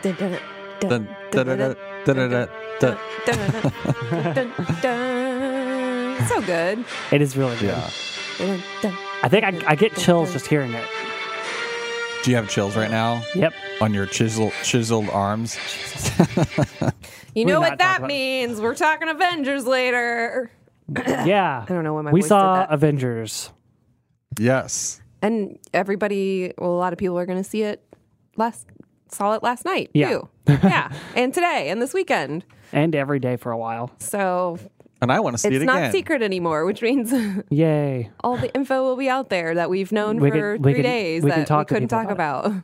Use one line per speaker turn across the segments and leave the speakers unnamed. Dun, dun, dun, dun, dun, dun, dun, dun.
so good.
It is really good.
Yeah.
I think I, I get chills just hearing it.
Do you have chills right now
Yep.
on your chiseled chiseled arms?
You know what
We're not talking
that
about-
means. We're talking Avengers later.
Yeah.
I don't know why my
We
voice did
saw
that.
Avengers.
Yes.
And everybody, well, a lot of people are going to see it last, saw it last night
Yeah.
too. Yeah. and today and this weekend.
and every day for a while.
So
And I want to see
it's
it again.
not secret anymore, which means
Yay.
all the info will be out there that we've known
We
for
can- we
three
can-
days
we can
that
talk to
we couldn't
people
talk
about
about.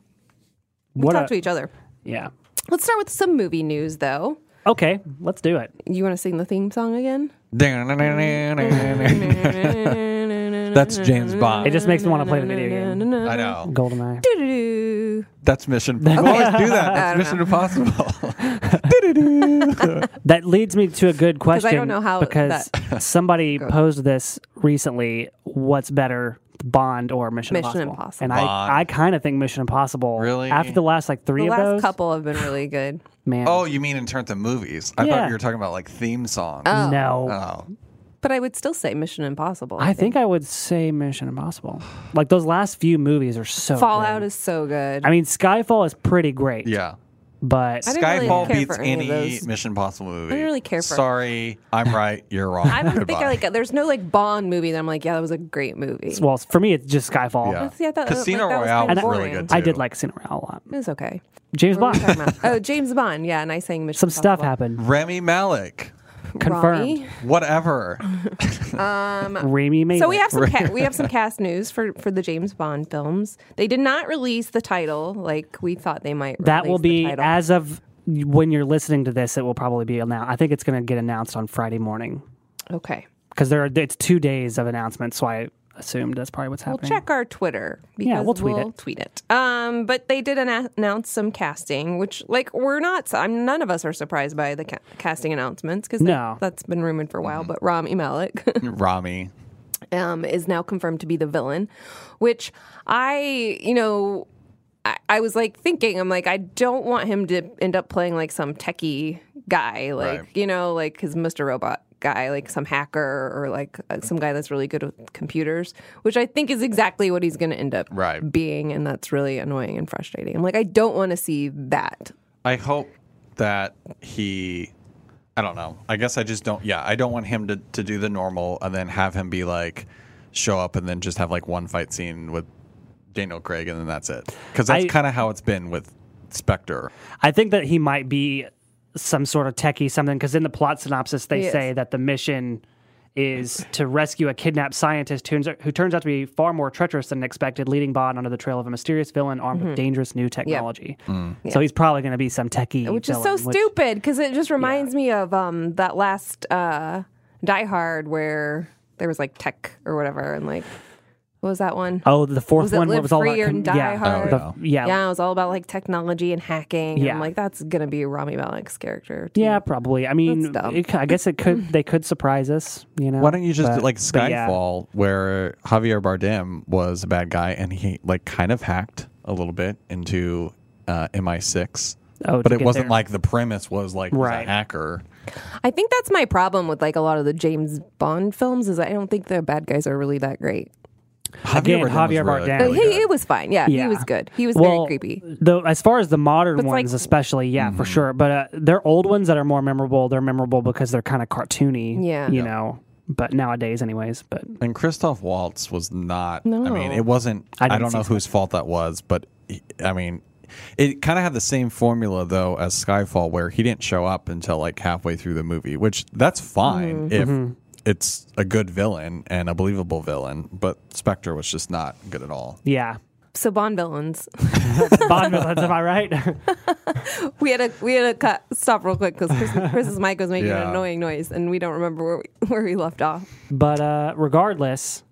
We
What
talk
a-
to each other.
Yeah.
Let's start with some movie news, though.
Okay, let's do it.
You want to sing the theme song again?
That's James
It
Bond.
just makes me want to play the video game.
I know.
Goldeneye.
Doo-doo-doo.
That's Mission. I always do that.
I
That's
don't
Mission
know.
Impossible.
That leads me to a good question.
I don't know how
because somebody posed this recently. What's better, Bond or Mission,
Mission
Impossible?
Impossible.
And
Bond.
I, I kind of think Mission Impossible.
Really?
After the last like three
The
of
last
those,
couple have been really good.
man.
oh, you mean in terms of movies? I
Yeah.
thought you were talking about like theme songs.
no.
oh.
But I would still say Mission Impossible.
I think I would say Mission Impossible. Like those last few movies are so.
Fallout
good.
is so good.
I mean, Skyfall is pretty great.
Yeah.
But
I didn't really
Skyfall
care
beats
for any
any,
of those.
Mission Impossible movie.
I didn't really care for-
Sorry, I'm right. You're wrong.
I don't think
Goodbye.
I like. There's no like Bond movie that I'm like, yeah, that was a great movie.
well, for me, it's just Skyfall.
Yeah.
See, I thought,
Casino
like, that was
Royale
kind of
was really
boring.
good too.
I did like Casino Royale a lot.
It was okay.
James
What were we
Bond.
talking about? oh, James Bond. Yeah, and I sang Mission.
Some stuff
Impossible.
happened.
Remy Malik.
Confirmed.
Ronnie.
Whatever.
Rami made
Um, So we
it.
have some ca- we have some cast news for for the James Bond films. They did not release the title like we thought they might.
that will
release the
be
title.
as of when you're listening to this. It will probably be announced. I think it's going to get announced on Friday morning
okay.
because there are it's two days of announcements. So I assumed that's probably what's
We'll
happening.
check our Twitter. Because
Yeah, we'll tweet it.
tweet it. Um, but they did ana- announce some casting, which like we're not. I'm none of us are surprised by the ca- casting announcements because
No. Mm-hmm.
that's been rumored for a while. But Rami Malek
Rami.
um, is now confirmed to be the villain, which I you know. I- I was like thinking, I'm like, I don't want him to end up playing like some techie guy, like
Right.
you know, like his Mr. Robot guy, like some hacker or like uh, some guy that's really good with computers, which I think is exactly what he's going to end up
Right.
being, and that's really annoying and frustrating. I'm like, I don't want to see that.
I hope that he. I don't know. I guess I just don't. Yeah, I don't want him to, to do the normal and then have him be like, show up and then just have like one fight scene with Daniel Craig and then that's it. Because that's
I-
kind of how it's been with Spectre.
I think that he might be some sort of techie something because in the plot synopsis they
Yes.
say that the mission is to rescue a kidnapped scientist who, who turns out to be far more treacherous than expected, leading Bond onto the trail of a mysterious villain armed
Mm-hmm.
with dangerous new technology.
Mm.
So he's probably going to be some techie,
which is so
villain, which-
stupid because it just reminds me of um, that last uh, Die Hard where there was like tech or whatever, and like what was that one?
Oh, the fourth
Was it
one where
Live
it was all
Free
about
or
con-
Die
yeah,
Hard?
the- yeah,
yeah, it was all about like technology and hacking. And
Yeah.
I'm like, that's gonna be Rami Malek's character. too.
Yeah, probably. I mean,
That's dumb.
it, I guess it could. They could surprise us. You know.
Why don't you just
But-
do, like
but yeah.
Skyfall, where Javier Bardem was a bad guy and he like kind of hacked a little bit into uh, MI6,
Oh, to
but it
get
wasn't
there.
like the premise was like he's
Right.
a hacker.
I think that's my problem with like a lot of the James Bond films is I don't think the bad guys are really that great.
Again,
was
Javier Bardem.
But
Really
he, it was fine. Yeah,
Yeah.
he was good. He was
Well,
very creepy.
The, as far as the modern
it's like-
ones, especially, yeah, for sure. But uh, their old ones that are more memorable, they're memorable because they're kind of cartoony.
Yeah.
You know, but nowadays, anyways. But
And Christoph Waltz was not. I mean,
No.
it wasn't.
I
I,
didn't
don't
see
know whose fault that was, but he- I mean, it kind of had the same formula though as Skyfall, where he didn't show up until like halfway through the movie, which that's fine
Mm-hmm.
if it's a good villain and a believable villain. But Spectre was just not good at all.
yeah,
So Bond villains.
Bond villains. am I right?
We had a we had a cut. Stop real quick because Chris, Chris's mic was making
Yeah.
an annoying noise, and we don't remember where we, where we left off.
but uh, regardless.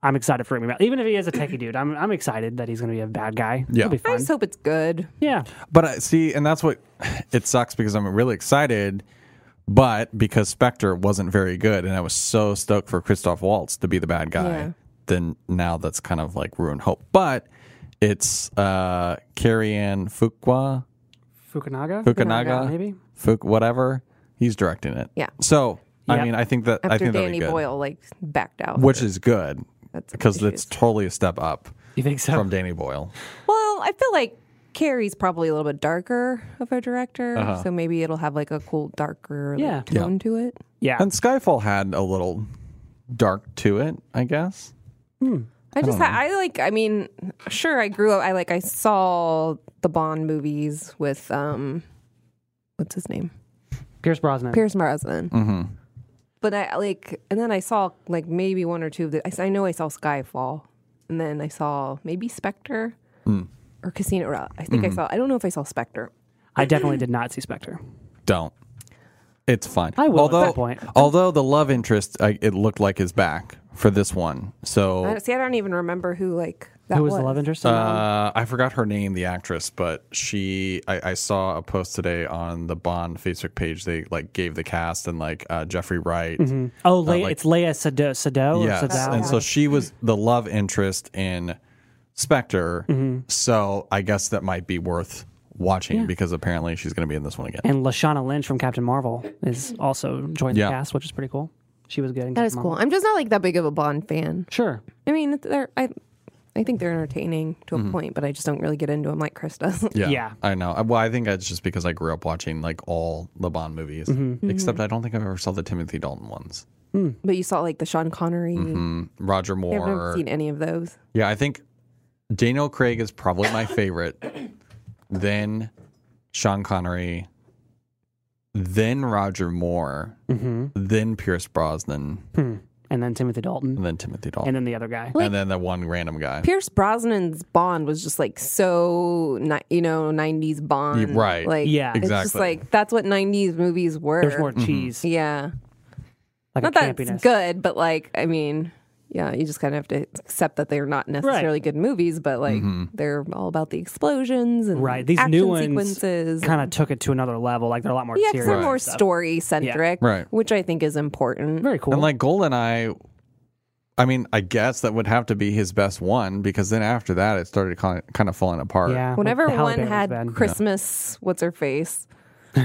I'm excited for him. Even if he is a techie dude, I'm, I'm excited that he's going to be a bad guy.
Yeah.
It'll be
I
fun.
just hope it's good.
yeah.
But I see, and that's what it sucks because I'm really excited, but because Spectre wasn't very good, and I was so stoked for Christoph Waltz to be the bad guy,
Yeah.
then now that's kind of like ruined hope. But it's uh, Carrie Ann Fuqua.
Fukunaga?
Fukunaga,
maybe.
Fuk whatever. He's directing it.
Yeah.
So I
Yep.
mean, I think that I
After
think that'd
Danny
be good,
Boyle like backed out.
which is good
That's
because
issues.
it's totally a step up
You think so?
from Danny Boyle.
Well, I feel like Carrie's probably a little bit darker of a director, so maybe it'll have like a cool darker like,
Yeah.
Uh-huh. Yeah.
tone to it.
yeah.
And Skyfall had a little dark to it, I guess.
I just ha- I like I mean, sure I grew up I like I saw the Bond movies with um what's his name?
Pierce Brosnan.
Pierce Brosnan. Mm-hmm. But I like, and then I saw like maybe one or two of the. I, s- I know I saw Skyfall, and then I saw maybe Spectre or Casino. Royale. I think I saw. I don't know if I saw Spectre.
I definitely did not see Spectre.
Don't. It's fine.
I will at
although,
that point.
Although the love interest, I, it looked like is back for this one. So
I don't, see, I don't even remember who like that
Who was the love interest? in that one?
Uh, I forgot her name, the actress, but she. I, I saw a post today on the Bond Facebook page. They like gave the cast and like uh, Jeffrey Wright.
Oh, Le-
like-
it's Leia Sado, Sado
Yes,
or Sado.
and so she was the love interest in Spectre.
Mm-hmm.
So I guess that might be worth watching because apparently she's going to be in this one again.
and Lashana Lynch from Captain Marvel is also joined
Yeah.
the cast, which is pretty cool. She was good. In
That
Captain
is
Marvel.
cool. I'm just not like that big of a Bond fan.
Sure.
I mean, they're I. I think they're entertaining to a point, but I just don't really get into them like Chris does.
Yeah,
Yeah.
I know. Uh, Well, I think that's just because I grew up watching like all the Bond movies,
Mm-hmm.
except I don't think I've ever saw the Timothy Dalton ones. Mm,
but you saw like the Sean Connery.
Mm-hmm. Roger
I've never
Moore,
seen any of those.
Yeah, I think Daniel Craig is probably my favorite. then Sean Connery, then Roger Moore, then Pierce Brosnan,
Mm-hmm. Hmm. And then Timothy Dalton,
and then Timothy
and
Dalton,
then the other guy.
and then the one random guy.
Pierce Brosnan's Bond was just like so, ni- you know, '90s Bond,
Yeah, right.
Like,
Yeah.
it's just
Exactly.
like that's what '90s movies were.
There's
Mm-hmm.
more cheese,
yeah,
like
not
a
that
campiness.
it's good, but like, I mean, yeah, you just kind of have to accept that they're not necessarily good movies, but like
Mm-hmm.
they're all about the explosions and
Right. These
action
new ones
sequences.
Kind of took it to another level. Like they're a lot more
yeah, 'cause
serious.
they're
Right.
more
stuff.
story centric,
Right.
Which I think is important.
Very cool.
And like Goldeneye, I mean, I guess that would have to be his best one because then after that, it started kind of, kind of falling apart.
yeah. like,
Whenever
the Halle
one
Berry was
had
bad.
Christmas, what's her face?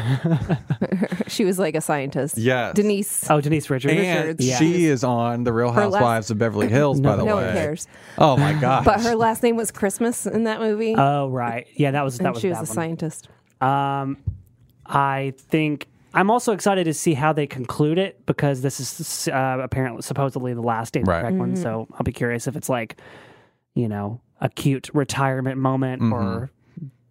she was like a scientist.
Yes.
Denise.
Oh, Denise Richards.
And
Richards.
she is on The Real
last-
Housewives of Beverly Hills, by the
no
way.
one cares.
Oh my gosh.
But her last name was Christmas in that movie.
Oh right, yeah, that was that
and
was
she
that
was a
one.
scientist.
Um, I think I'm also excited to see how they conclude it because this is uh, apparently supposedly the last Daniel
Right.
Craig one. So
Mm-hmm.
I'll be curious if it's like, you know, a cute retirement moment or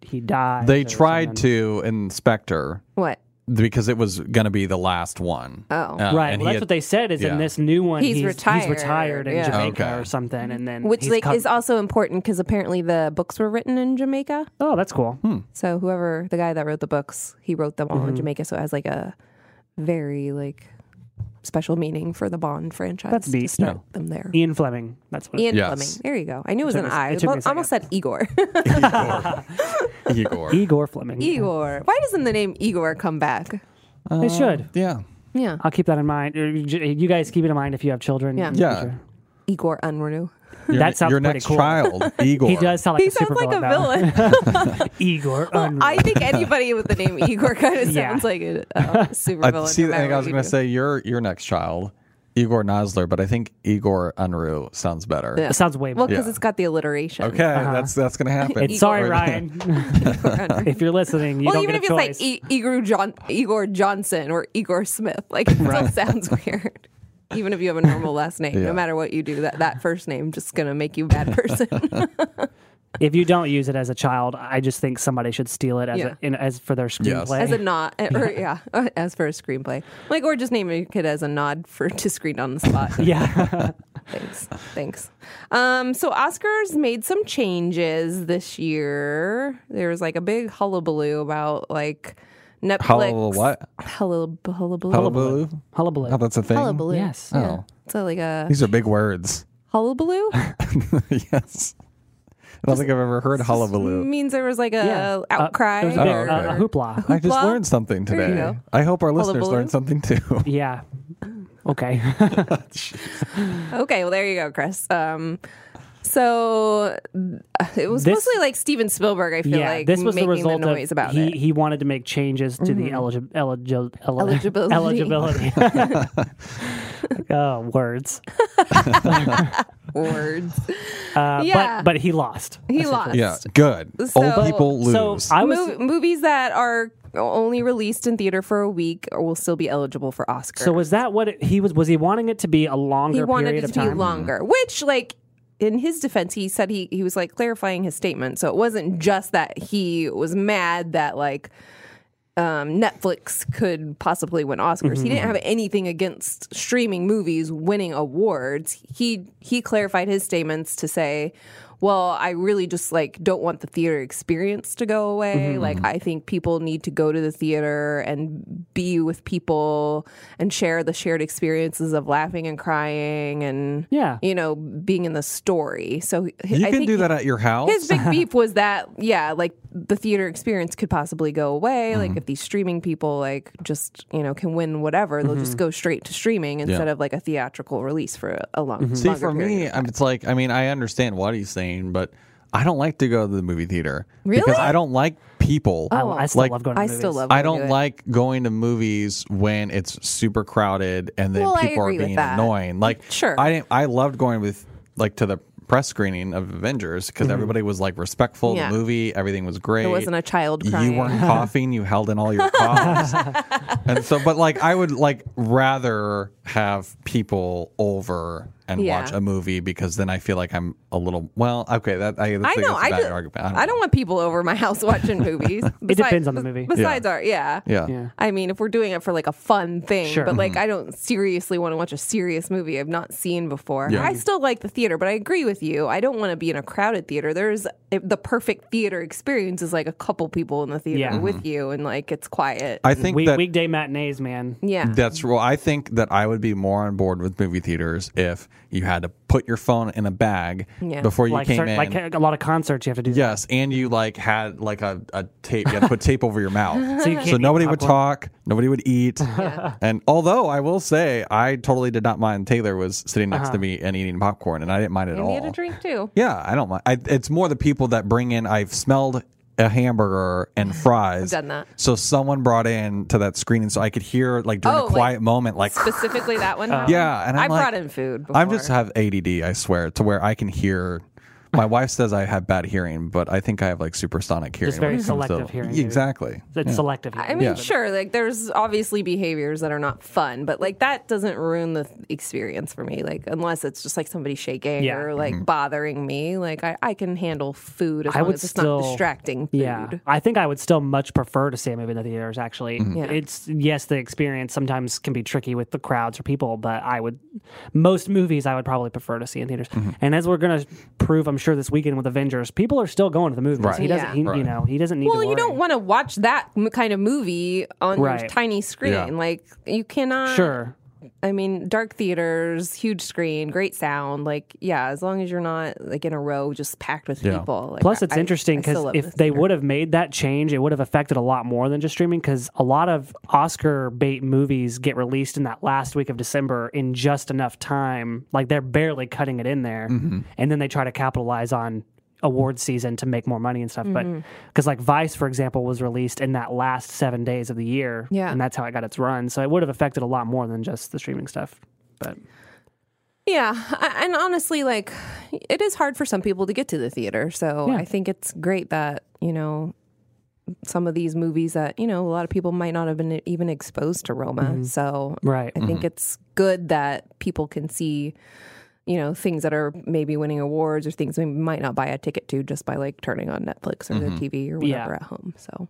he died.
Mm-hmm. they
or
tried
something.
to in Spectre.
What?
because it was going to be the last one.
Oh.
Uh,
Right,
and
well,
he
that's
had-
what they said is
yeah.
in this new one
He's
he's,
retired,
He's retired in
yeah.
Jamaica
Okay.
or something, and then
Which
he's
like
come-
is also important because apparently the books were written in Jamaica.
oh that's cool.
Hmm.
So whoever the guy that wrote the books, he wrote them all
Mm-hmm.
in Jamaica. So it has like a very like special meaning for the Bond franchise.
That's
to
neat.
start them there.
Ian Fleming, that's what.
Ian
Yes.
Fleming. There you go. I knew it was an
me-
I.
it took me a
Well, I almost said Igor.
Igor.
Igor Fleming.
Igor. Why doesn't the name Igor come back?
They should.
yeah.
Yeah.
I'll keep that in mind. Or j- You guys keep it in mind if you have children.
Yeah.
in the
Yeah.
future.
Igor Unruh.
Your,
That sounds
your
pretty
next
cool.
child, Igor.
He does sound like
He
a
sounds
super
like a
villain.
villain.
Igor.
Well, I think anybody with the name Igor kind of
Yeah.
sounds like a uh, super
I
villain.
see.
no
I
matter
think I
what
was
you
going to
do.
say your your next child, Igor Nosler, but I think Igor Unruh sounds better.
Yeah.
It sounds way
Well,
better.
because
Yeah.
it's got the alliteration.
Okay, that's that's going to happen.
Uh-huh. It's sorry,
Or-
Ryan.
Igor Unruh.
if you're listening, you
well,
don't
even
get
if
a
it's like e-
choice.
I- Igor, John- Igor Johnson or Igor Smith, like it still sounds weird. Even if you have a normal last name,
Yeah.
no matter what you do, that, that first name just going to make you a bad person.
if you don't use it as a child, I just think somebody should steal it as
Yeah.
a, in, as for their
Yes.
screenplay.
as a nod, or yeah, as for a screenplay, like or just name your kid as a nod for to screen on the spot.
yeah,
Thanks, thanks. Um, so Oscars made some changes this year. There was like a big hullabaloo about like Netflix.
Hullabaloo what?
Hullab- Hullabaloo.
Hullabaloo.
hullabaloo.
Oh, that's a thing.
Hullabaloo. Uh,
Yes.
Yeah.
Oh.
So like a
These are big words.
hullabaloo
yes. I don't think I've ever heard hullabaloo.
means there was like a
Yeah. Uh,
outcry.
There was a, big,
Oh, okay.
uh, a hoopla.
I just
hoopla.
learned something
There you
today.
go.
I hope our listeners
Hullabaloo.
learned something too.
yeah. Okay.
okay, well there you go, Chris. Um, So uh, it was
This-
mostly like Steven Spielberg. I feel
yeah,
like
this was the
making
result
the noise
of
about
he
it. Mm-hmm.
he wanted to make changes to the eligi- eligi- el-
Eligibility.
eligibility. oh, words.
Words.
Uh,
Yeah.
but but he lost.
He lost.
Yeah, good.
So-
Old people lose.
So I was
Mov- movies that are only released in theater for a week or will still be eligible for Oscars.
so was that what it, he was was he wanting it to be a longer
he wanted
period
it
of
to be
time?
longer, which like in his defense, he said he he was like clarifying his statement. So it wasn't just that he was mad that like um, Netflix could possibly win Oscars. He
Mm-hmm.
didn't have anything against streaming movies winning awards. He he clarified his statements to say, "Well, I really just like don't want the theater experience to go away.
Mm-hmm.
Like I think people need to go to the theater and be with people and share the shared experiences of laughing and crying and
Yeah.
you know, being in the story." So
you
I
can
think
do that at your house.
his big beef was that yeah like the theater experience could possibly go away
Mm-hmm.
like if these streaming people like just you know can win whatever they'll
Mm-hmm.
just go straight to streaming instead of like a theatrical release for a- a long
Mm-hmm.
See,
longer
for
period.
me, I'm- it's like I mean, I understand what he's saying, but I don't like to go to the movie theater
Really?
because I don't like people.
I, Oh, I still
like,
love going. To
i
movies.
still love
I
when
don't
do it.
like going to movies when it's super crowded and then
Well, I
people are
agree with
being
that. Mm,
annoying. Like,
Sure.
I didn't, I loved going with like to the press screening of Avengers because everybody was like respectful.
Mm-hmm. Yeah.
The movie, everything was great.
there wasn't a child
You
crying
weren't coughing. You held in all your coughs, and so. But like, I would like rather have people over and
Yeah.
watch a movie because then I feel like I'm a little well. Okay, that I, that's,
I know.
That's a
I
bad
just,
argument.
I don't want people over my house watching movies. Besides-
depends on the movie. Yeah.
Besides our, yeah,
Yeah.
Yeah.
I mean, if we're doing it for like a fun thing,
Sure. Mm-hmm.
but like I don't seriously want to watch a serious movie I've not seen before.
Yeah.
I still like the theater, but I agree with you. I don't want to be in a crowded theater. There's if the perfect theater experience is like a couple people in the theater
Yeah. Mm-hmm.
with you and like it's quiet.
I think
Week,
that
weekday matinees, man.
yeah.
That's well. I think that I would be more on board with movie theaters if you had to put your phone in a bag
Yeah.
before you
Like,
came
cer-
in.
like a lot of concerts, you have to do. that.
yes, and you like had like a, a tape. You had to put tape over your mouth,
So, you can't
so
eat
nobody would
popcorn.
talk, nobody would eat. And although I will say, I totally did not mind. Taylor was sitting next to me and eating popcorn, and I didn't mind at
Uh-huh. and we had
all.
a drink too.
Yeah, I don't mind. I, it's more the people that bring in. I've smelled a hamburger and fries.
done that.
So someone brought in to that screening, so I could hear like during
Oh,
a
like-
quiet moment, like
Specifically that one.
Um,
huh?
Yeah, and
I
I'm like-
brought in food. Before.
I'm just have ADD, I swear, to where I can hear. My wife says I have bad hearing, but I think I have like supersonic hearing. when
very
it comes to-
selective hearing, maybe.
Exactly.
It's selective.
I mean, sure, like there's obviously behaviors that are not fun, but like that doesn't ruin the th- experience for me. Like unless it's just like somebody shaking
Yeah. Mm-hmm.
or like bothering me, like I, I can handle food as
I
long
would
as it's
still-
not distracting food.
Yeah, I think I would still much prefer to see a movie in the theaters. Actually,
Mm-hmm.
Yeah.
it's yes, the experience sometimes can be tricky with the crowds or people, but I would most movies I would probably prefer to see in theaters.
Mm-hmm.
And as we're gonna prove, I'm sure this weekend with Avengers, people are still going to the movies.
Right.
He doesn't,
Yeah.
he, you know, he doesn't need.
Well,
to
you don't
worry.
want to watch that m- kind of movie on your
Right.
tiny screen.
Yeah.
Like you cannot.
Sure,
I mean, dark theaters, huge screen, great sound. Like yeah, as long as you're not like in a row just packed with
Yeah.
people. Like,
Plus, it's
I-
interesting
I still
because
love
if
this.
they would have made that change, it would have affected a lot more than just streaming. Because a lot of Oscar bait movies get released in that last week of December in just enough time, like they're barely cutting it in there, and then they try to capitalize on award season to make more money and stuff.
Mm-hmm.
But because like Vice, for example, was released in that last seven days of the year,
Yeah.
and that's how it got its run. So it would have affected a lot more than just the streaming stuff. But
Yeah, I, and honestly, like it is hard for some people to get to the theater. So
Yeah.
I think it's great that you know some of these movies that you know a lot of people might not have been even exposed to Roma. So
right,
I think it's good that people can see you know things that are maybe winning awards or things we might not buy a ticket to just by like turning on Netflix or the TV or
Yeah.
whatever at home. So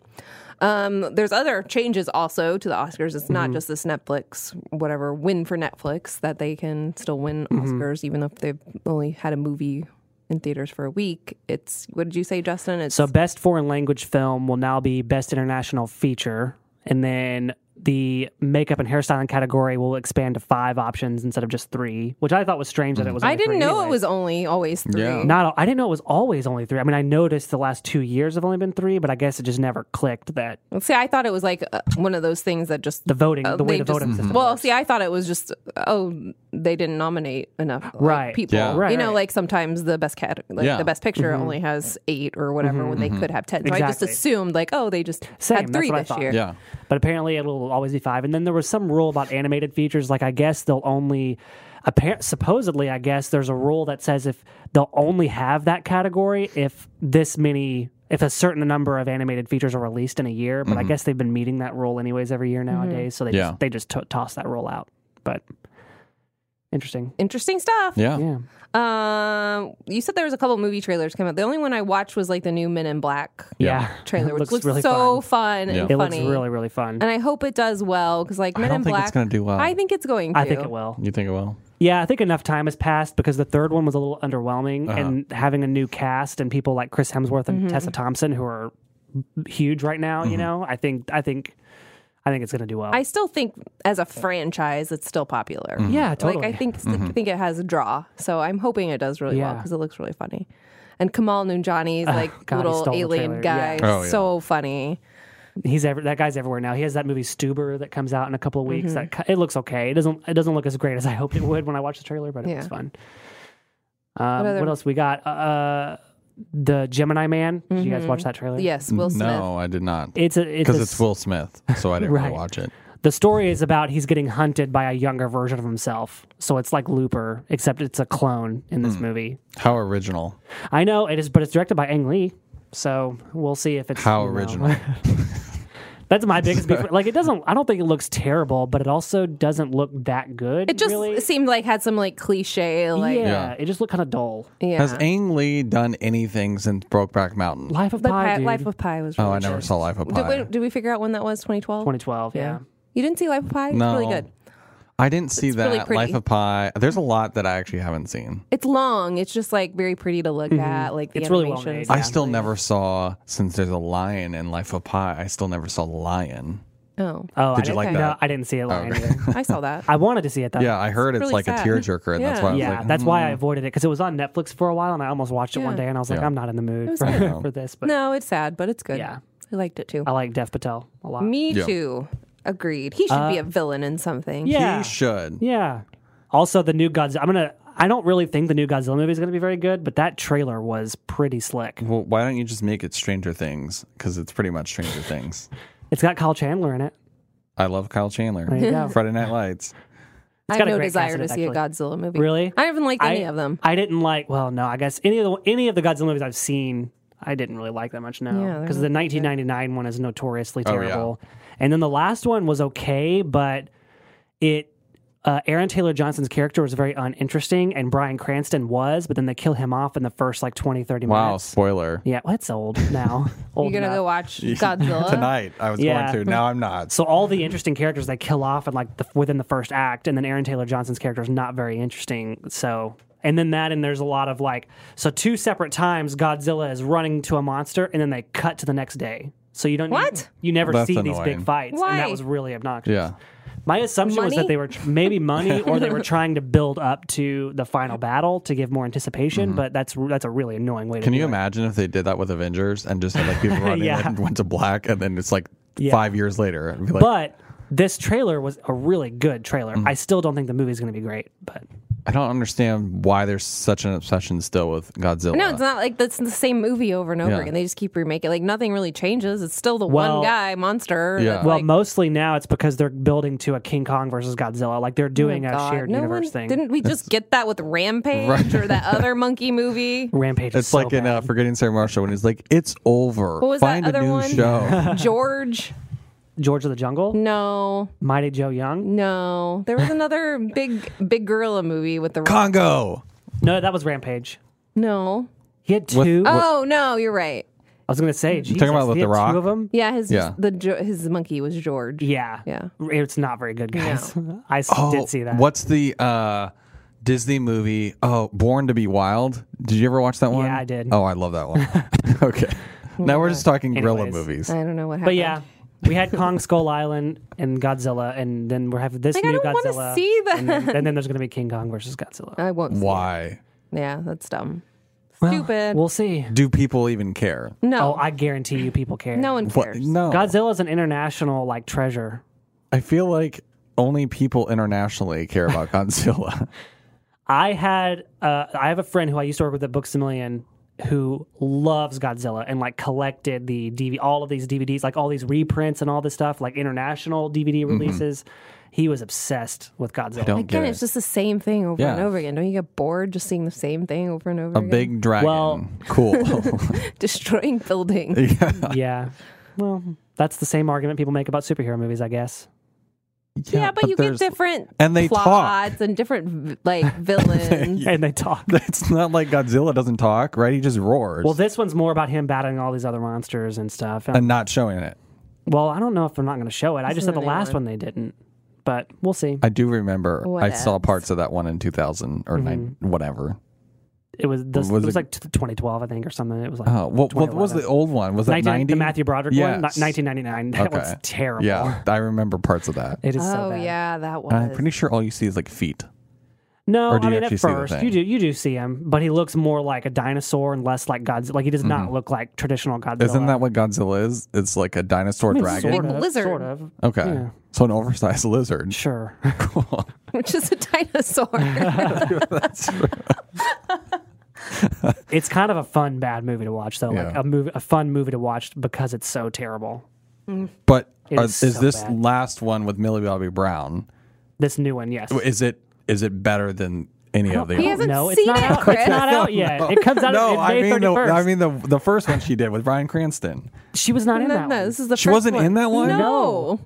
um, there's other changes also to the Oscars. It's not just this Netflix whatever win for Netflix that they can still win Oscars even if they've only had a movie in theaters for a week. It's what did you say, Justin? It's
So, best foreign language film will now be best international feature, and then the makeup and hairstyling category will expand to five options instead of just three, which I thought was strange that it was.
I
only
didn't
three
know
anyway.
it was only always three.
Yeah.
Not, al- I didn't know it was always only three. I mean, I noticed the last two years have only been three, but I guess it just never clicked that
See, I thought it was like uh, one of those things that just
the voting,
uh,
the way
they
the
just-
voting system.
Well,
works.
see, I thought it was just oh they didn't nominate enough like,
Right.
people.
Yeah.
Right,
you know,
right. Mm-hmm.
like sometimes the best cat, like
Yeah. Mm-hmm.
the best picture only has eight or whatever when they could have ten. So I just
Exactly.
assumed like oh they just
Same,
had
that's
three
what I
this
thought.
year.
Yeah.
but apparently it will always be five. And then there was some rule about animated features. Like I guess they'll only, appar- supposedly, I guess there's a rule that says if they'll only have that category if this many, if a certain number of animated features are released in a year. But I guess they've been meeting that rule anyways every year
Mm-hmm.
nowadays. So they
Yeah.
just, they just to toss that rule out. But interesting.
Interesting stuff.
Yeah.
Yeah.
Um, you said there was a couple movie trailers came out. The only one I watched was like the new Men in Black
Yeah.
trailer,
It
which
looks
looks
really
so fun,
Yeah.
and
It
funny.
looks really, really fun.
and I hope it does well because like
I
Men
don't
in
think
Black,
it's going to do well.
I think it's going to.
I think it will.
you think it will?
Yeah, I think enough time has passed because the third one was a little underwhelming,
Uh-huh.
and having a new cast and people like Chris Hemsworth and Tessa Thompson who are huge right now,
Mm-hmm.
you know, I think I think I think it's gonna do well.
I still think as a franchise, it's still popular.
Mm-hmm.
yeah, totally.
Like I think think it has a draw, so I'm hoping it does really well 'cause well
Yeah.
because it looks really funny. And Kamal Nanjiani's like
God, he
little
stole the
alien
trailer.
guy,
Yeah. Oh, yeah.
so funny.
he's ever that guy's everywhere now. He has that movie Stuber that comes out in a couple of weeks. That ki- it looks okay. It doesn't it doesn't look as great as I hoped it would when I watched the trailer, but it was
Yeah.
fun. Um, what,
other-
else we got? Uh, the Gemini Man. Did you guys watch that trailer?
Yes, Will Smith.
No, I did not.
It's a it's
Because
a
it's Will Smith, so I didn't
Right.
really watch it.
The story is about he's getting hunted by a younger version of himself. So it's like Looper, except it's a clone in
Hmm.
this movie.
How original.
I know it is, but it's directed by Ang Lee. So we'll see if it's
How
you know.
original.
That's my biggest beef. Like it doesn't. I don't think it looks terrible, but it also doesn't look that good.
It just
really.
seemed like had some like cliche, like
yeah,
yeah.
Yeah.
it just looked kind of dull.
Has Ang Lee done anything since Brokeback Mountain?
Life of
but
Pi,
Pi-
dude.
Life of Pi was. Really
oh, I never
good.
saw Life of
Did
Pi.
we, did we figure out when that was? 2012.
2012. Yeah.
You didn't see Life of Pi? It's
no,
really good.
I didn't see
It's
that.
really pretty.
Life of Pi. There's a lot that I actually haven't seen.
It's long. It's just like very pretty to look at. Like the
It's really well
animations.
made.
I still never saw since there's a lion in Life of Pi. I still never saw the lion.
oh,
Oh, I
Did you
didn't-
like
no,
that? Oh,
I didn't see it. Lion
okay.
either.
I saw that.
I wanted to see it though.
Yeah, I heard it's,
really
like
sad.
a tearjerker, and that's why I was
Yeah,
like, mm, hmm.
that's why I avoided it because it was on Netflix for a while, and I almost watched it one
Yeah.
day, and I was like,
Yeah.
I'm not in the mood
was
for,
good.
for this. But
no, it's sad, but it's good.
Yeah.
I liked it too.
I like Dev Patel a lot.
Me
Yeah.
too. Agreed. He should be a villain in something.
Uh, yeah,
he should.
yeah. Also, the new Godzilla. I'm gonna. I don't really think the new Godzilla movie is gonna be very good, but that trailer was pretty slick.
Well, why don't you just make it Stranger Things? Because it's pretty much Stranger Things.
It's got Kyle Chandler in it.
I love Kyle Chandler.
There you go.
Friday Night Lights.
I have
got a
no
great
desire to
cast in
see
it,
a Godzilla movie.
Really?
I haven't liked any
I-
of them.
I didn't like. Well, no, I guess any of the any of the Godzilla movies I've seen, I didn't really like that much.
Yeah,
No,
they're
because the 1999 one is notoriously
Oh, yeah.
terrible, and then the last one was okay, but it. Uh, Aaron Taylor Johnson's character was very uninteresting, and Brian Cranston was, but then they kill him off in the first like 20, 30
Wow,
minutes.
spoiler.
Yeah, well, it's old now.
You're
old
gonna
enough.
go watch Godzilla
Tonight I was
Yeah.
going to. Now I'm not.
So all the interesting characters they kill off in like the, within the first act, and then Aaron Taylor Johnson's character is not very interesting. So and then that, and there's a lot of like so two separate times Godzilla is running to a monster, and then they cut to the next day. So you don't
What?
you, never
That's
see these
annoying.
big fights, and
Why?
that was really obnoxious.
Yeah.
My assumption was that
Money?
they were tr- maybe money, or they were trying to build up to the final battle to give more anticipation. But that's that's a really annoying way to.
Mm-hmm. Can
do
you
it.
imagine if they did that with Avengers and just had like people running
Yeah.
and went to black, and then it's like
Yeah.
five years later, and be like,
But this trailer was a really good trailer.
Mm-hmm.
I still don't think the movie's going to be great, but
I don't understand why there's such an obsession still with Godzilla.
No, it's not like that's the same movie over and over
Yeah.
again. They just keep remaking. Like nothing really changes. It's still the
Well-
one guy monster.
Yeah.
that's,
Well,
like- oh
mostly now it's because they're building to a King Kong versus Godzilla. Like they're doing
Oh
a
God,
shared
no
universe
one-
thing.
Didn't we just get that with Rampage or that other monkey movie?
Rampage.
It's
is so
like in
bad.
uh, Forgetting Sarah Marshall when he's like, "It's over.
What was
Find
that
a
other
new
one?
show."
George?
George of the
Mm-hmm.
Jungle,
No,
Mighty Joe Young.
no. There was another big, big gorilla movie with the
Congo.
No, that was Rampage.
no.
He had two.
With-
I
Oh no, you're right.
was going to say, Jesus,
talking about with
he had
The Rock?
two of them.
Yeah, his
Yeah.
the Jo- his monkey was George.
Yeah,
Yeah.
It's not very good, guys. I s-
Oh,
did see that.
What's the uh, Disney movie? Oh, Born to Be Wild. Did you ever watch that one?
I did.
Oh, I love that one. okay. Now we're just talking gorilla
Anyways.
movies.
I don't know what happened.
But yeah, we had Kong Skull Island and Godzilla, and then we're having this
Like, I
new
don't wanna
Godzilla.
see
And then,
that.
and then there's going to be King Kong versus Godzilla.
I won't. see
Why
it. Yeah, that's dumb.
Well,
Stupid.
Uh, we'll see.
do people even care?
no,
Oh, I guarantee you, people care.
no one
What?
cares.
No,
Godzilla's an international like treasure.
I feel like only people internationally care about Godzilla.
I had uh, I have a friend who I used to work with at Books a Million who loves Godzilla and like collected the DV all of these DVDs, like all these reprints and all this stuff, like international DVD releases. He was obsessed with Godzilla.
don't
Again,
get
it's
it.
just the same thing over and
Yeah.
over again. Don't you get bored just seeing the same thing over and over
A
again?
big dragon.
Well-
cool.
Destroying buildings.
yeah. Well, that's the same argument people make about superhero movies, I guess.
Yeah, but, you get
there's-
different
And they talk.
plots and different like villains.
And they talk.
It's not like Godzilla doesn't talk, right? He just roars
Well, this one's more about him battling all these other monsters and stuff. And-
and not showing it.
well, I don't know if I'm not going to show it. I just said
the
the
new
last
one.
one they didn't, but we'll see.
I do remember
What
I saw
else?
parts of that one in 2000 or nine,
Mm-hmm.
whatever.
It was this,
Was
it was
it-
like t- 2012, I think, or something. It was like
Oh, what, what was
2011.
the old one? Was that
19,
90?
The Matthew Broderick one,
Yes.
ni- 1999. That
Okay.
one's terrible.
Yeah, I remember parts of that.
It is so
oh
bad.
yeah, that was.
I'm pretty sure all you see is like feet.
No,
Or do
I
you
mean
actually
at
see the
first
thing?
you do you do see him, but he looks more like a dinosaur and less like Godzilla. Like he does not look like traditional Godzilla.
Mm-hmm. Isn't that what Godzilla is? It's like a dinosaur
I mean,
dragon.
Sort
Big
of,
lizard.
Sort of.
Okay.
Yeah.
So an oversized lizard.
Sure.
which is a dinosaur.
That's true.
it's kind of a fun bad movie to watch though. Like
Yeah.
a movie, a fun movie to watch because it's so terrible.
But
It
are-
is
is,
so
this
bad.
last one with Millie Bobby Brown?
This new one, yes.
Is it is it better than any of the?
He
old-
hasn't
no, it's
seen
not
it,
out.
Chris.
It's not out yet. It comes out
no,
in
I
May
mean the
31st.
I mean the the first one she did with Bryan Cranston.
she was not in
No,
that
no,
one.
this is the
She
first
wasn't
one.
in that one?
No.
No.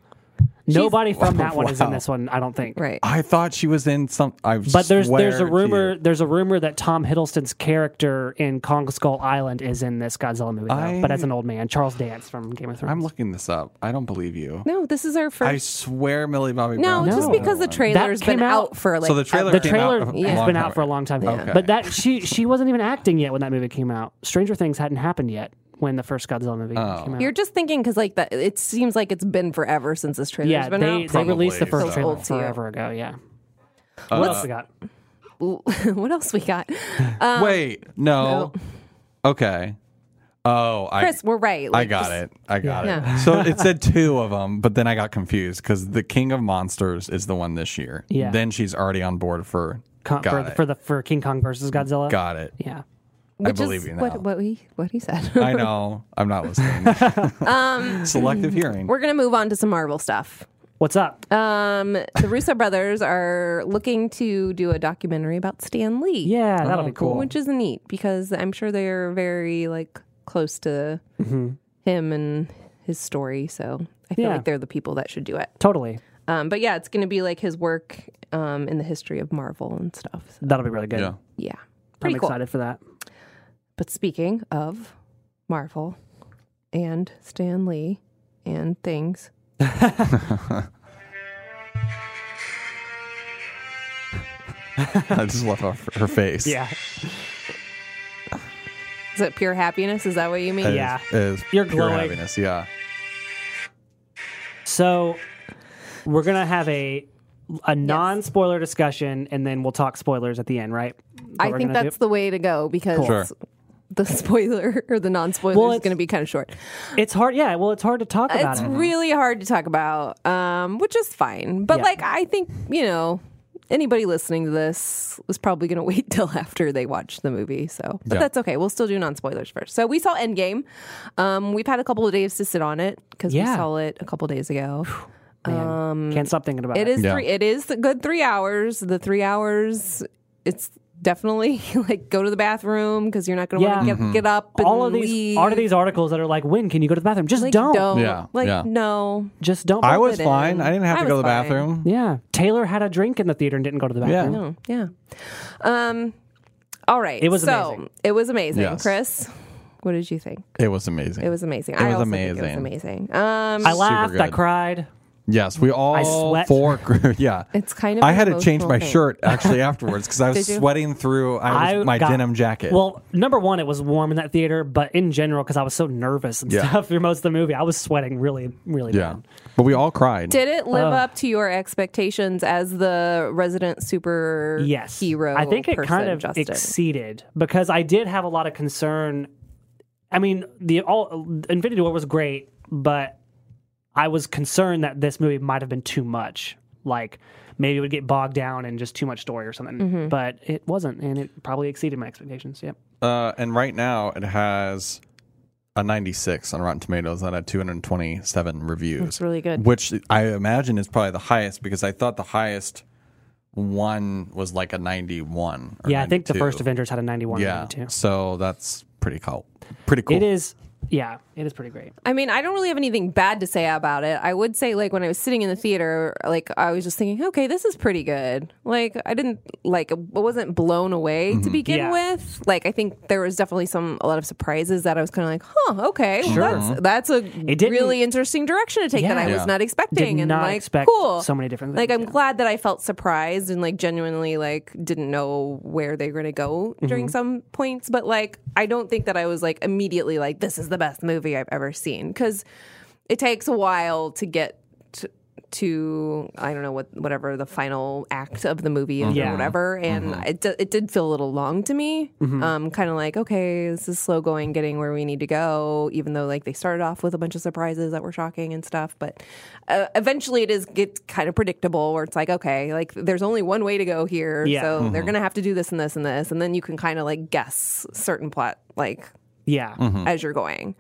Nobody from that one is in
Wow.
this one, I don't think.
Right.
I thought she was in some. I
But there's there's
swear
a
to
rumor
you.
there's a rumor that Tom Hiddleston's character in Kong Skull Island is in this Godzilla movie, though,
I-
but as an old man, Charles Dance from Game of Thrones.
I'm looking this up. I don't believe you.
No, this is our
I
first.
swear, Millie Bobby
no,
Brown. is
just
in that
because the
one.
trailer's
That
been
came
out,
out-
for like
So the trailer
the
came out
trailer
a
has
long time
been out for a
ago.
long time,
Okay.
but that she she wasn't even acting yet when that movie came out. Stranger Things hadn't happened yet when the first Godzilla movie
Oh.
came out.
You're just thinking because like that. It seems like it's been forever since this trailer's
yeah,
been
they,
out.
they released the
Probably,
first
so. Uh,
trailer
Old to you.
forever ago. Yeah,
What's-
What we got?
what else we got? um,
Wait, no. Okay. Oh, I
Chris, we're right.
I
Like,
got
just-
it. I got it.
Yeah.
So it said two of them, but then I got confused because the King of Monsters is the one this year.
Yeah.
Then she's already on board for.
Con-
got
for,
it.
the, for the for King Kong versus Godzilla.
got it.
Yeah,
I
which is
believe you now.
What, what he what he said.
I know. I'm not listening. Selective hearing.
Um, we're gonna move on to some Marvel stuff.
what's up?
Um, the Russo brothers are looking to do a documentary about Stan Lee.
yeah,
Oh,
that'll be cool.
which is neat because I'm sure they're very like close to him and his story. So I feel
Yeah.
like they're the people that should do it.
Totally,
Um, but yeah, it's going to be like his work um, in the history of Marvel and stuff. So,
that'll be really good.
Yeah.
yeah,
I'm
pretty cool.
excited for that.
But speaking of Marvel and Stan Lee and things,
I just left off her face.
Yeah,
is it pure happiness? Is that what you mean?
It is-
Yeah.
it is
You're
pure
glowing.
happiness. Yeah.
So we're gonna have a a non spoiler discussion, and then we'll talk spoilers at the end, right? What
I
we're
think
gonna
that's
do?
the way to go because
Sure.
the spoiler or the non spoiler
Well,
is
it's-
going to be kind of short.
it's hard. Yeah, well, it's hard to talk about
it's
it.
really hard to talk about, um, which is fine. But
Yeah.
like, I think you know, anybody listening to this is probably going to wait till after they watch the movie. So, but
Yeah.
that's okay. We'll still do non spoilers first. So we saw Endgame. Um, we've had a couple of days to sit on it because we
Yeah.
saw it a couple of days ago.
Man, Can't stop thinking about it.
um, It is
Yeah.
three. It is a good three hours. The three hours. It's definitely like go to the bathroom because you're not going to want to
Yeah. Mm-hmm.
get, get up. And
All of these
leave.
are these articles that are like, when can you go to the bathroom? Just
like,
don't.
Yeah,
Like
yeah.
no.
Just don't.
I was
it
fine.
in.
I didn't have
I
to go to
was
the
fine.
bathroom.
yeah. Taylor had a drink in the theater and didn't go to the bathroom.
Yeah.
Oh, yeah. Um, all right.
It was
so,
amazing.
It was amazing.
Yes.
Chris, what did you think?
It was amazing.
It was amazing.
It
I
was
also think it was amazing. Um,
I laughed. I
good.
cried.
Yes, we all
sweat.
four. gr- yeah,
It's kind of
I
an
had to change
emotional
my
thing.
shirt actually afterwards because I was
Did you?
sweating through. I was,
I
my
got-
denim jacket.
Well, number one, it was warm in that theater, but in general, because I was so nervous and
Yeah.
stuff through most of the movie, I was sweating really, really
yeah,
bad.
but we all cried.
Did it live
Oh.
up to your expectations as the resident super
Yes,
hero?
I think it
person,
kind of
Justin?
exceeded because I did have a lot of concern. I mean, the all Infinity War was great, but I was concerned that this movie might have been too much. Like maybe it would get bogged down in just too much story or something.
Mm-hmm.
But it wasn't, and it probably exceeded my expectations. Yep.
Uh, and right now it has a 96 on Rotten Tomatoes that had 227 reviews.
That's really good.
Which I imagine is probably the highest because I thought the highest one was like a 91. Or
yeah, I think the
92.
first Avengers had a ninety-one.
Yeah.
92.
So that's pretty cool. Pretty cool.
It is. Yeah, it is pretty great.
I mean, I don't really have anything bad to say about it. I would say, like, when I was sitting in the theater, like, I was just thinking, okay, this is pretty good. Like, I didn't, like, I wasn't blown away to begin
Mm-hmm. Yeah.
with. Like, I think there was definitely some, a lot of surprises that I was kind of like, huh, okay, well, that's, that's a
didn't-
really interesting direction to take that I
Yeah.
Yeah.
was not expecting.
Did
and,
not
like,
expect
cool.
so many different
Like,
things,
I'm
yeah.
glad that I felt surprised and, like, genuinely, like, didn't know where they were going to go
Mm-hmm.
during some points. But, like, I don't think that I was, like, immediately, like, this is the best movie I've ever seen. Because, it takes a while to get to, to I don't know what whatever the final act of the movie is
Yeah.
or whatever, and
Mm-hmm.
it d- it did feel a little long to me. Um, kind of like okay, this is slow going, getting where we need to go. Even though like they started off with a bunch of surprises that were shocking and stuff, but uh, eventually it is get kind of predictable where it's like okay, like there's only one way to go here,
Yeah. Mm-hmm.
so they're gonna have to do this and this and this, and then you can kind of like guess certain plot like
Yeah.
as you're going.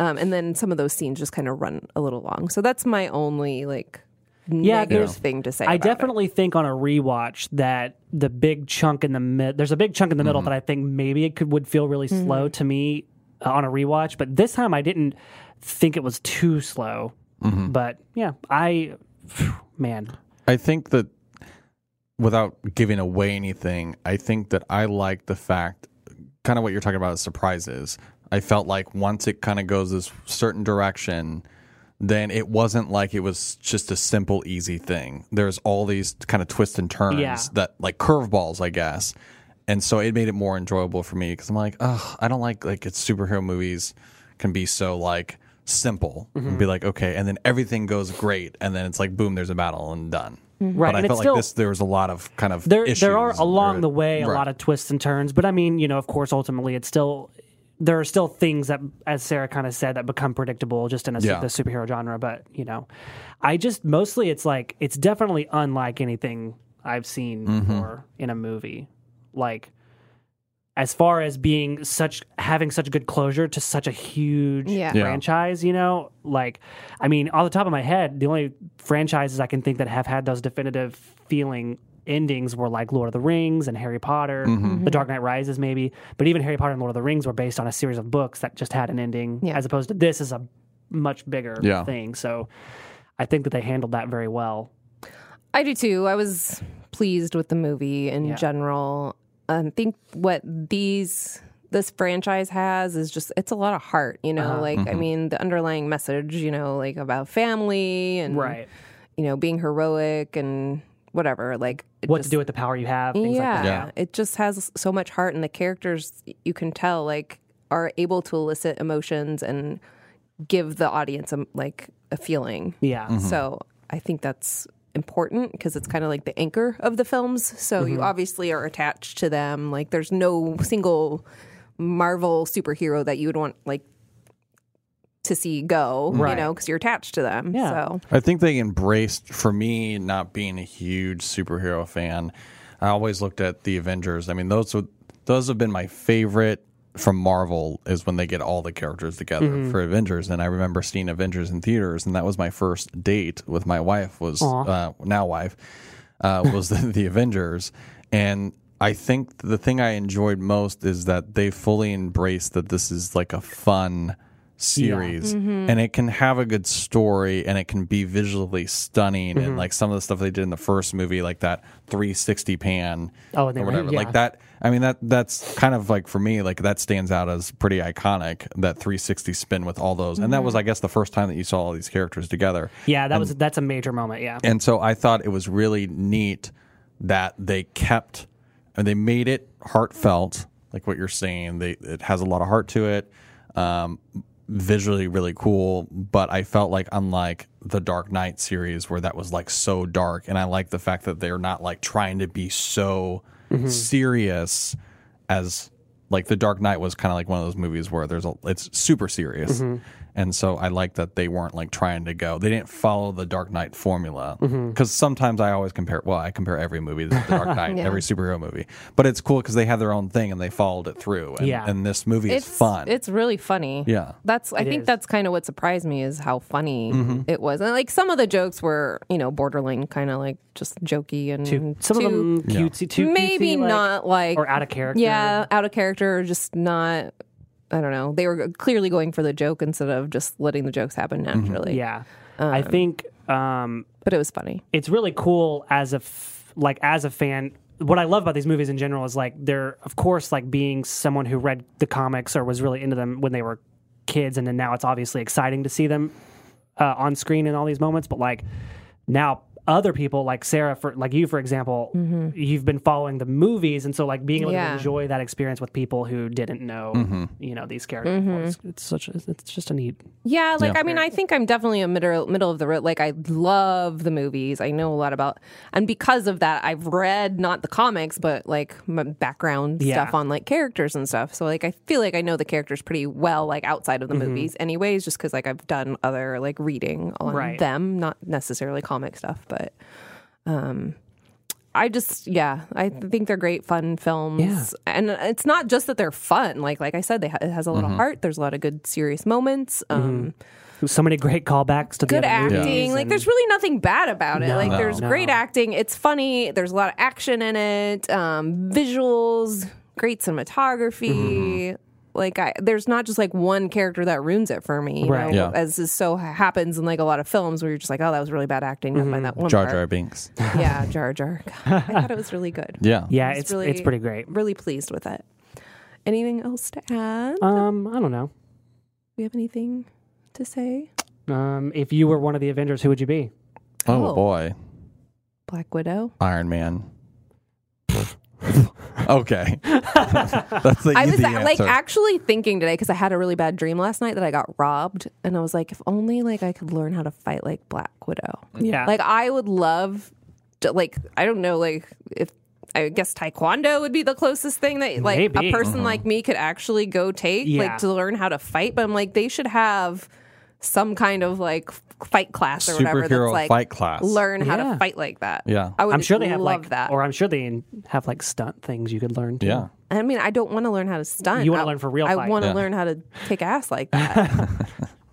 Um, and then some of those scenes just kind of run a little long. So that's my only like negative
there's-
thing to say. about
I
it.
definitely think on a rewatch that the big chunk in the mid there's a big chunk in the middle that I think maybe it could would feel really
Mm-hmm.
slow to me uh, on a rewatch, but this time I didn't think it was too slow. But yeah, I man,
I think that without giving away anything, I think that I like the fact, kind of what you're talking about, is surprises. I felt like once it kind of goes this certain direction, then it wasn't like it was just a simple, easy thing. There's all these kind of twists and turns
Yeah.
that, like curveballs, I guess. And so it made it more enjoyable for me because I'm like, oh, I don't like like it's superhero movies can be so like simple and be like, okay, and then everything goes great, and then it's like, boom, there's a battle and done.
Right,
But I
and it's
felt
still-
like this there was a lot of kind of
there
issues
there are along
or-
the way a
right.
lot of twists and turns, but I mean, you know, of course ultimately it's still there are still things that as Sarah kind of said that become predictable just in a, su-
Yeah.
the superhero genre, but you know, I just mostly it's like it's definitely unlike anything I've seen
Mm-hmm.
before in a movie. Like as far as being such having such good closure to such a huge
Yeah.
Yeah.
franchise, you know, like I mean, off the top of my head, the only franchises I can think that have had those definitive feeling endings were like Lord of the Rings and Harry Potter, The Dark Knight Rises, maybe. But even Harry Potter and Lord of the Rings were based on a series of books that just had an ending,
Yeah.
as opposed to this is a much bigger
Yeah.
thing. So I think that they handled that very well.
I do too. I was pleased with the movie in general. I think what these this franchise has is just it's a lot of heart, you
Uh-huh.
know. Like I mean, the underlying message, you know, like about family and you know being heroic and whatever. Like it
What
just-
to do with the power you have, things
yeah.
like that.
Yeah.
It just has so much heart, and the characters you can tell like are able to elicit emotions and give the audience a, like a feeling.
Yeah.
So I think that's important because it's kind of like the anchor of the films. So
Mm-hmm.
you obviously are attached to them. Like there's no single Marvel superhero that you would want like to see go, you
Right.
know, because you're attached to them.
Yeah.
So
I think they embraced for me not being a huge superhero fan. I always looked at the Avengers. I mean, those would, those have been my favorite from Marvel is when they get all the characters together for Avengers. And I remember seeing Avengers in theaters, and that was my first date with my wife was uh, now wife uh, was the, the Avengers. And I think the thing I enjoyed most is that they fully embraced that this is like a fun series
Mm-hmm.
and it can have a good story and it can be visually stunning and like some of the stuff they did in the first movie like that 360 pan
Oh,
or
they-
whatever
yeah.
like that i mean that that's kind of like for me like that stands out as pretty iconic that 360 spin with all those
Mm-hmm.
and that was i guess the first time that you saw all these characters together
Yeah, that was that's a major moment. Yeah,
and so I thought it was really neat that they kept and they made it heartfelt, like what you're saying. They it has a lot of heart to it. Um, visually really cool, but I felt like unlike the Dark Knight series where that was like so dark and I like the fact that they're not like trying to be so serious as like the Dark Knight was kind of like one of those movies where there's a it's super serious,
Mm-hmm.
and so I like that they weren't like trying to go. They didn't follow the Dark Knight formula because
Mm-hmm.
sometimes I always compare. Well, I compare every movie to the Dark Knight, every superhero movie, but it's cool because they have their own thing and they followed it through. And,
Yeah.
and this movie
It's
is fun.
It's really funny.
Yeah.
That's I think
is.
that's kind of what surprised me is how funny
Mm-hmm.
it was. And like some of the jokes were, you know, borderline kind of like just jokey and
Too- some
too-
of them cutesy, too
maybe
cutesy, like-
not like
or out of character.
Yeah, out of character or just not I don't know. They were clearly going for the joke instead of just letting the jokes happen naturally.
yeah. I think um,
But it was funny.
it's really cool as a f- like as a fan what i love about these movies in general is like they're of course like being someone who read the comics or was really into them when they were kids and then now it's obviously exciting to see them uh, on screen in all these moments but like now other people like sarah for like you for example you've been following the movies and so like being able to
Mm-hmm. Yeah.
enjoy that experience with people who didn't know you know these characters it's,
Mm-hmm.
it's such a, it's just a neat
Yeah, like I mean, I think I'm definitely a middle middle of the road. Like I love the movies. I know a lot about, and because of that, I've read not the comics, but like my background
Yeah.
stuff on like characters and stuff. So like I feel like I know the characters pretty well, like outside of the
Mm-hmm.
movies, anyways. Just because like I've done other like reading on
Right.
them, not necessarily comic stuff, but um, I just yeah, I think they're great fun films,
Yeah.
and it's not just that they're fun. Like like I said, they ha- it has a lot
Mm-hmm.
of heart. There's a lot of good serious moments. Um,
so many great callbacks to
good
the other movies
acting. Like
and-
there's really nothing bad about it.
No.
like there's
No.
great acting. It's funny. There's a lot of action in it. Um, visuals, great
Mm-hmm.
cinematography. Like I, there's not just like one character that ruins it for me. You
Right.
Yeah.
Know? As is so happens in like a lot of films where you're just like, oh, that was really bad acting done
Mm-hmm.
by that one.
Jar
part.
Jar Binks.
Yeah, Jar Jar. God, I thought it was really good.
Yeah.
yeah
It's
it's
really-
it's pretty great
Really pleased with it. Anything else to add? Do
um i don't know
we have anything to say?
Um, if you were one of the Avengers, who would you be?
Oh
Oh.
boy,
Black Widow.
Iron Man. okay, that's the
I was
easy
uh, like
answer.
actually thinking today because I had a really bad dream last night that I got robbed, and I was like, if only like I could learn how to fight like Black Widow.
Yeah,
Like I would love, to, like I don't know, like if I guess Taekwondo would be the closest thing that like
Maybe.
a person
Mm-hmm.
like me could actually go take,
Yeah.
like to learn how to fight. But I'm like, they should have some kind of like fight class or whatever
Superhero
that's like
fight class.
Learn how
Yeah.
to fight like that.
Yeah.
I would
I'm sure they have
love
like
that.
or I'm sure they have like stunt things you could learn. Too.
yeah,
I mean, I don't want to learn how to stunt.
You wanna
I-
learn for real
I
fight.
want to
Yeah.
learn how to kick ass like that.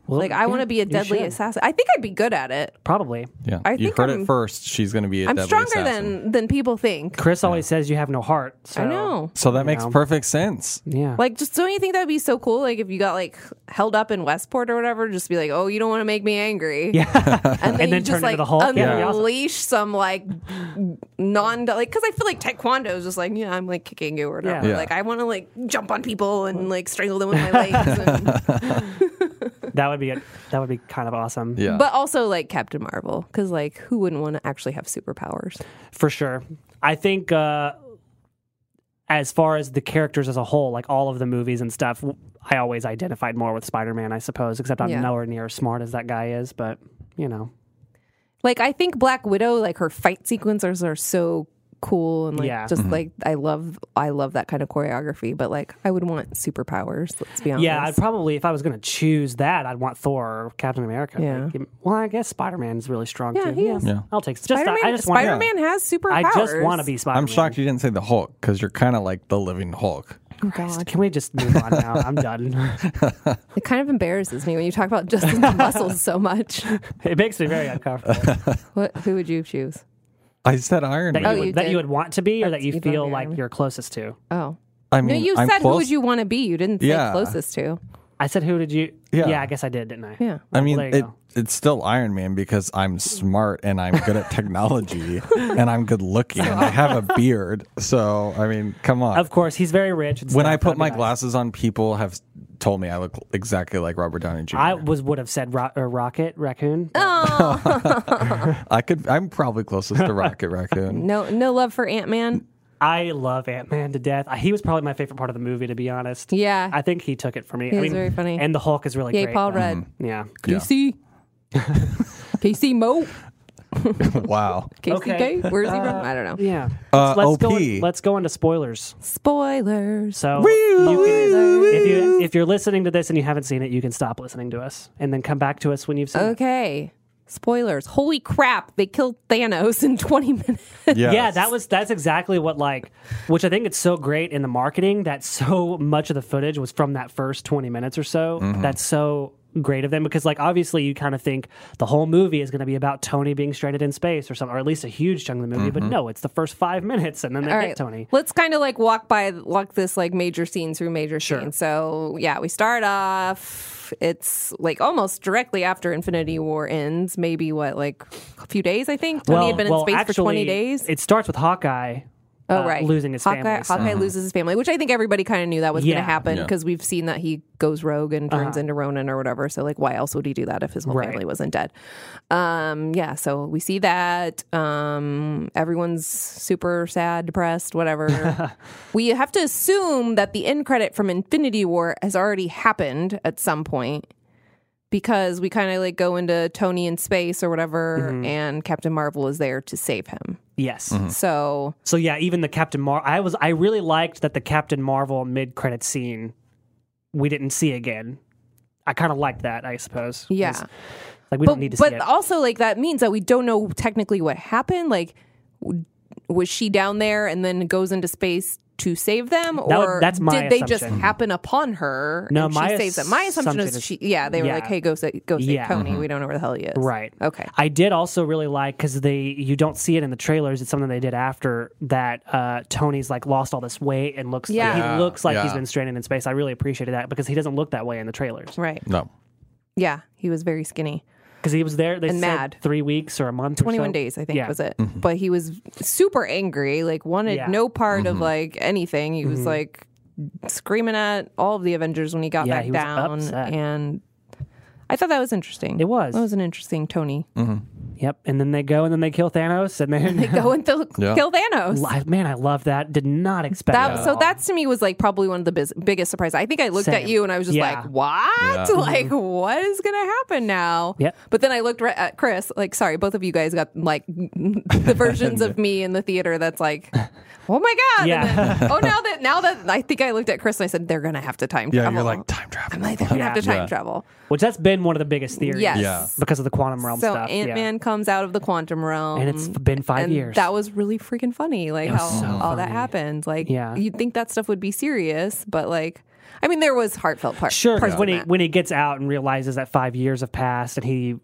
Well,
like, I want
yeah,
to be a
you
deadly
should.
assassin. I think I'd be good at it.
Probably.
yeah.
I
you
think
heard
I'm-
it first. She's going to be. A
I'm
deadly
stronger
assassin.
than than people think.
Chris always says you have no heart. So,
I know.
So that makes
know.
perfect sense.
Yeah.
Like, just don't you think that'd be so cool? Like, if you got like held up in Westport or whatever, just be like, "Oh, you don't want to make me angry,"
yeah.
and then,
then
you
turn
just
into
like
the Hulk. Yeah, that'd be awesome.
unleash some like non like because I feel like Taekwondo is just like yeah, I'm like kicking you or whatever.
Yeah.
Yeah.
Like, I want to like jump on people and like strangle them with my legs. And,
that would be it. That would be kind of awesome.
Yeah,
But also like Captain Marvel, because like who wouldn't want to actually have superpowers?
For sure. I think uh, as far as the characters as a whole, like all of the movies and stuff, w- I always identified more with Spider-Man, I suppose, except I'm
Yeah.
nowhere near as smart as that guy is. But, you know,
Like I think Black Widow, like her fight sequences are so cool and like
Yeah.
Mm-hmm.
just like I love I love that kind of choreography. But like I would want superpowers. Let's be honest.
Yeah, I'd probably if I was going to choose that, I'd want Thor or Captain America.
Yeah.
Like, give me- well, I guess Spider Man's really strong
Yeah,
too.
he is.
Yeah.
I'll take. Just that-
Spider-Man,
I just want.
Spider-Man has
I
superpowers.
just want to be Spider.
I'm shocked you didn't say the Hulk because you're kind of like the living Hulk.
God,
Can we just move on now? I'm done.
it kind of embarrasses me when you talk about Justin's muscles so much.
it makes me very uncomfortable.
What? Who would you choose?
I said Iron
that
Man.
you,
Oh,
would,
you
that
did.
you would want to be, or that
That's-
you
you'd want to
feel
be
like
Iron Man.
you're closest to.
Oh
I
no,
mean,
you
I'm
said who
close-
would you want to be? You didn't say
Yeah.
closest to.
I said, who did you?
Yeah.
I guess I did, didn't I?
Yeah.
I mean,
Well, there you
it,
go.
it's still Iron Man because I'm smart and I'm good at technology and I'm good looking and I have a beard. So, I mean, come on.
Of course, he's very rich. and
when
stuff,
I put
that'd be
my
nice.
glasses on, people have told me I look exactly like Robert Downey Jr.
I
I,
was would have said ro- or rocket raccoon. but
could. I'm probably closest to Rocket Raccoon.
No, no love for Ant Man.
I love Ant Man to death. He was probably my favorite part of the movie, to be honest.
Yeah.
I think he took it for me. I
was
mean,
very funny.
And the Hulk is really
Yay,
great.
Paul
though.
Rudd.
Yeah.
Yeah.
KC. KC Mo.
wow.
KC
Okay.
Gay? Where's he from? I don't know.
Yeah.
Uh,
let's
OP.
Go in- let's go into spoilers.
Spoilers.
So you can- if you if you're listening to this and you haven't seen it, you can stop listening to us and then come back to us when you've seen it.
Okay. Spoilers. Holy crap. They killed Thanos in 20 minutes.
Yes.
Yeah, that was that's exactly what like which I think it's so great in the marketing that so much of the footage was from that first 20 minutes or so. That's so great of them because like obviously you kind of think the whole movie is going to be about Tony being stranded in space or something or at least a huge chunk of the movie, but no, it's the first 5 minutes and then they
All
get
right.
Tony.
Let's kind of like walk by, walk this like major scene through major scene. So, yeah, we start off. It's like almost directly after Infinity War ends, maybe what, like a few days, I think? Tony had been in space for 20 days.
It starts with Hawkeye
oh,
uh,
right.
losing his
Hawkeye,
family, so-
Hawkeye loses his family, which I think everybody kind of knew that was
Yeah. Uh-huh.
going to happen
Yeah.
because we've seen that he goes rogue and turns into Ronin or whatever. So, like, why else would he do that if his whole
Right.
family wasn't dead? Um, yeah, so we see that. Um, everyone's super sad, depressed, whatever. we have to assume that the end credit from Infinity War has already happened at some point. Because we kind of like go into Tony in space or whatever,
Mm-hmm.
and Captain Marvel is there to save him.
Yes.
So
So yeah, even the Captain Mar I was I really liked that the Captain Marvel mid credit scene we didn't see again. I kind of liked that, I suppose.
Yeah.
'Cause, Like we
but,
don't need to
but
see it.
also like that means that we don't know technically what happened like w- was she down there and then goes into space to save them
That would-
or
that's my
did they just
assumption.
happen upon her
No,
and
my
she saves them my assumption
assumption
is
is-
she yeah they were
yeah.
like hey go, sa- go save
Yeah. mm-hmm.
tony we don't know where the hell he is
right.
okay
I did also really like because they you don't see it in the trailers. It's something they did after that. Uh, Tony's like lost all this weight and looks
Yeah.
like,
Yeah,
he looks like he's
yeah.
been stranded in space. I really appreciated that because he doesn't look that way in the trailers.
right
No.
yeah he was very skinny
Because he was there, they
And
said
mad.
three weeks or a month, or
21
so.
days i think
Yeah.
was it but he was super angry like wanted
Yeah. Mm-hmm.
no part of like anything he was like screaming at all of the avengers when he got
Yeah,
back
he was
down
upset.
and i thought that was interesting
It was.
that was an interesting tony
Yep. And then they go and then they kill Thanos and then
they go and th-
Yeah.
kill thanos
I- man, I love that. Did not expect
that,
at
So
all.
that's to me was like probably one of the biz- biggest surprises. I think I looked at
Same.
you and I was just
Yeah.
like, "What?
Yeah.
Like, what is going to happen now?"
Yep.
But then I looked right at Chris. Like, sorry, both of you guys got like the versions of me in the theater that's like, "Oh my god!"
Yeah.
And then, oh, now that now that I think I looked at Chris and I said, "They're going to have to time
Yeah,
travel."
you're like time travel.
I'm like, "They're going to have to time
Yeah.
travel."
which that's been one of the biggest theories.
Yes.
Yeah.
Because of the quantum realm
So
stuff. yeah.
Ant Man comes out of the quantum realm,
And it's been five
and
years.
That was really freaking funny, like how
so
all that
funny.
happened. Like,
Yeah.
you'd think that stuff would be serious, but like, I mean, there was heartfelt part.
sure
parts
because when
in
he
that.
when he gets out and realizes that five years have passed and he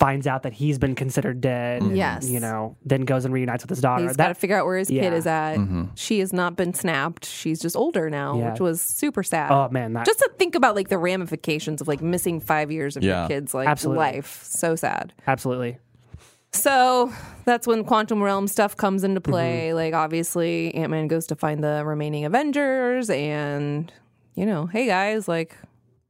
finds out that he's been considered dead. and,
Yes.
You know, then goes and reunites with his daughter.
he's got to
that
figure out where his kid
Yeah.
is at. She has not been snapped. She's just older now,
Yeah.
which was super sad.
oh man, that
just to think about like the ramifications of like missing five years of your
Yeah.
kid's like
Absolutely.
life. So sad.
absolutely.
So that's when quantum realm stuff comes into
Mm-hmm.
play. Like obviously Ant Man goes to find the remaining Avengers and you know, hey guys, like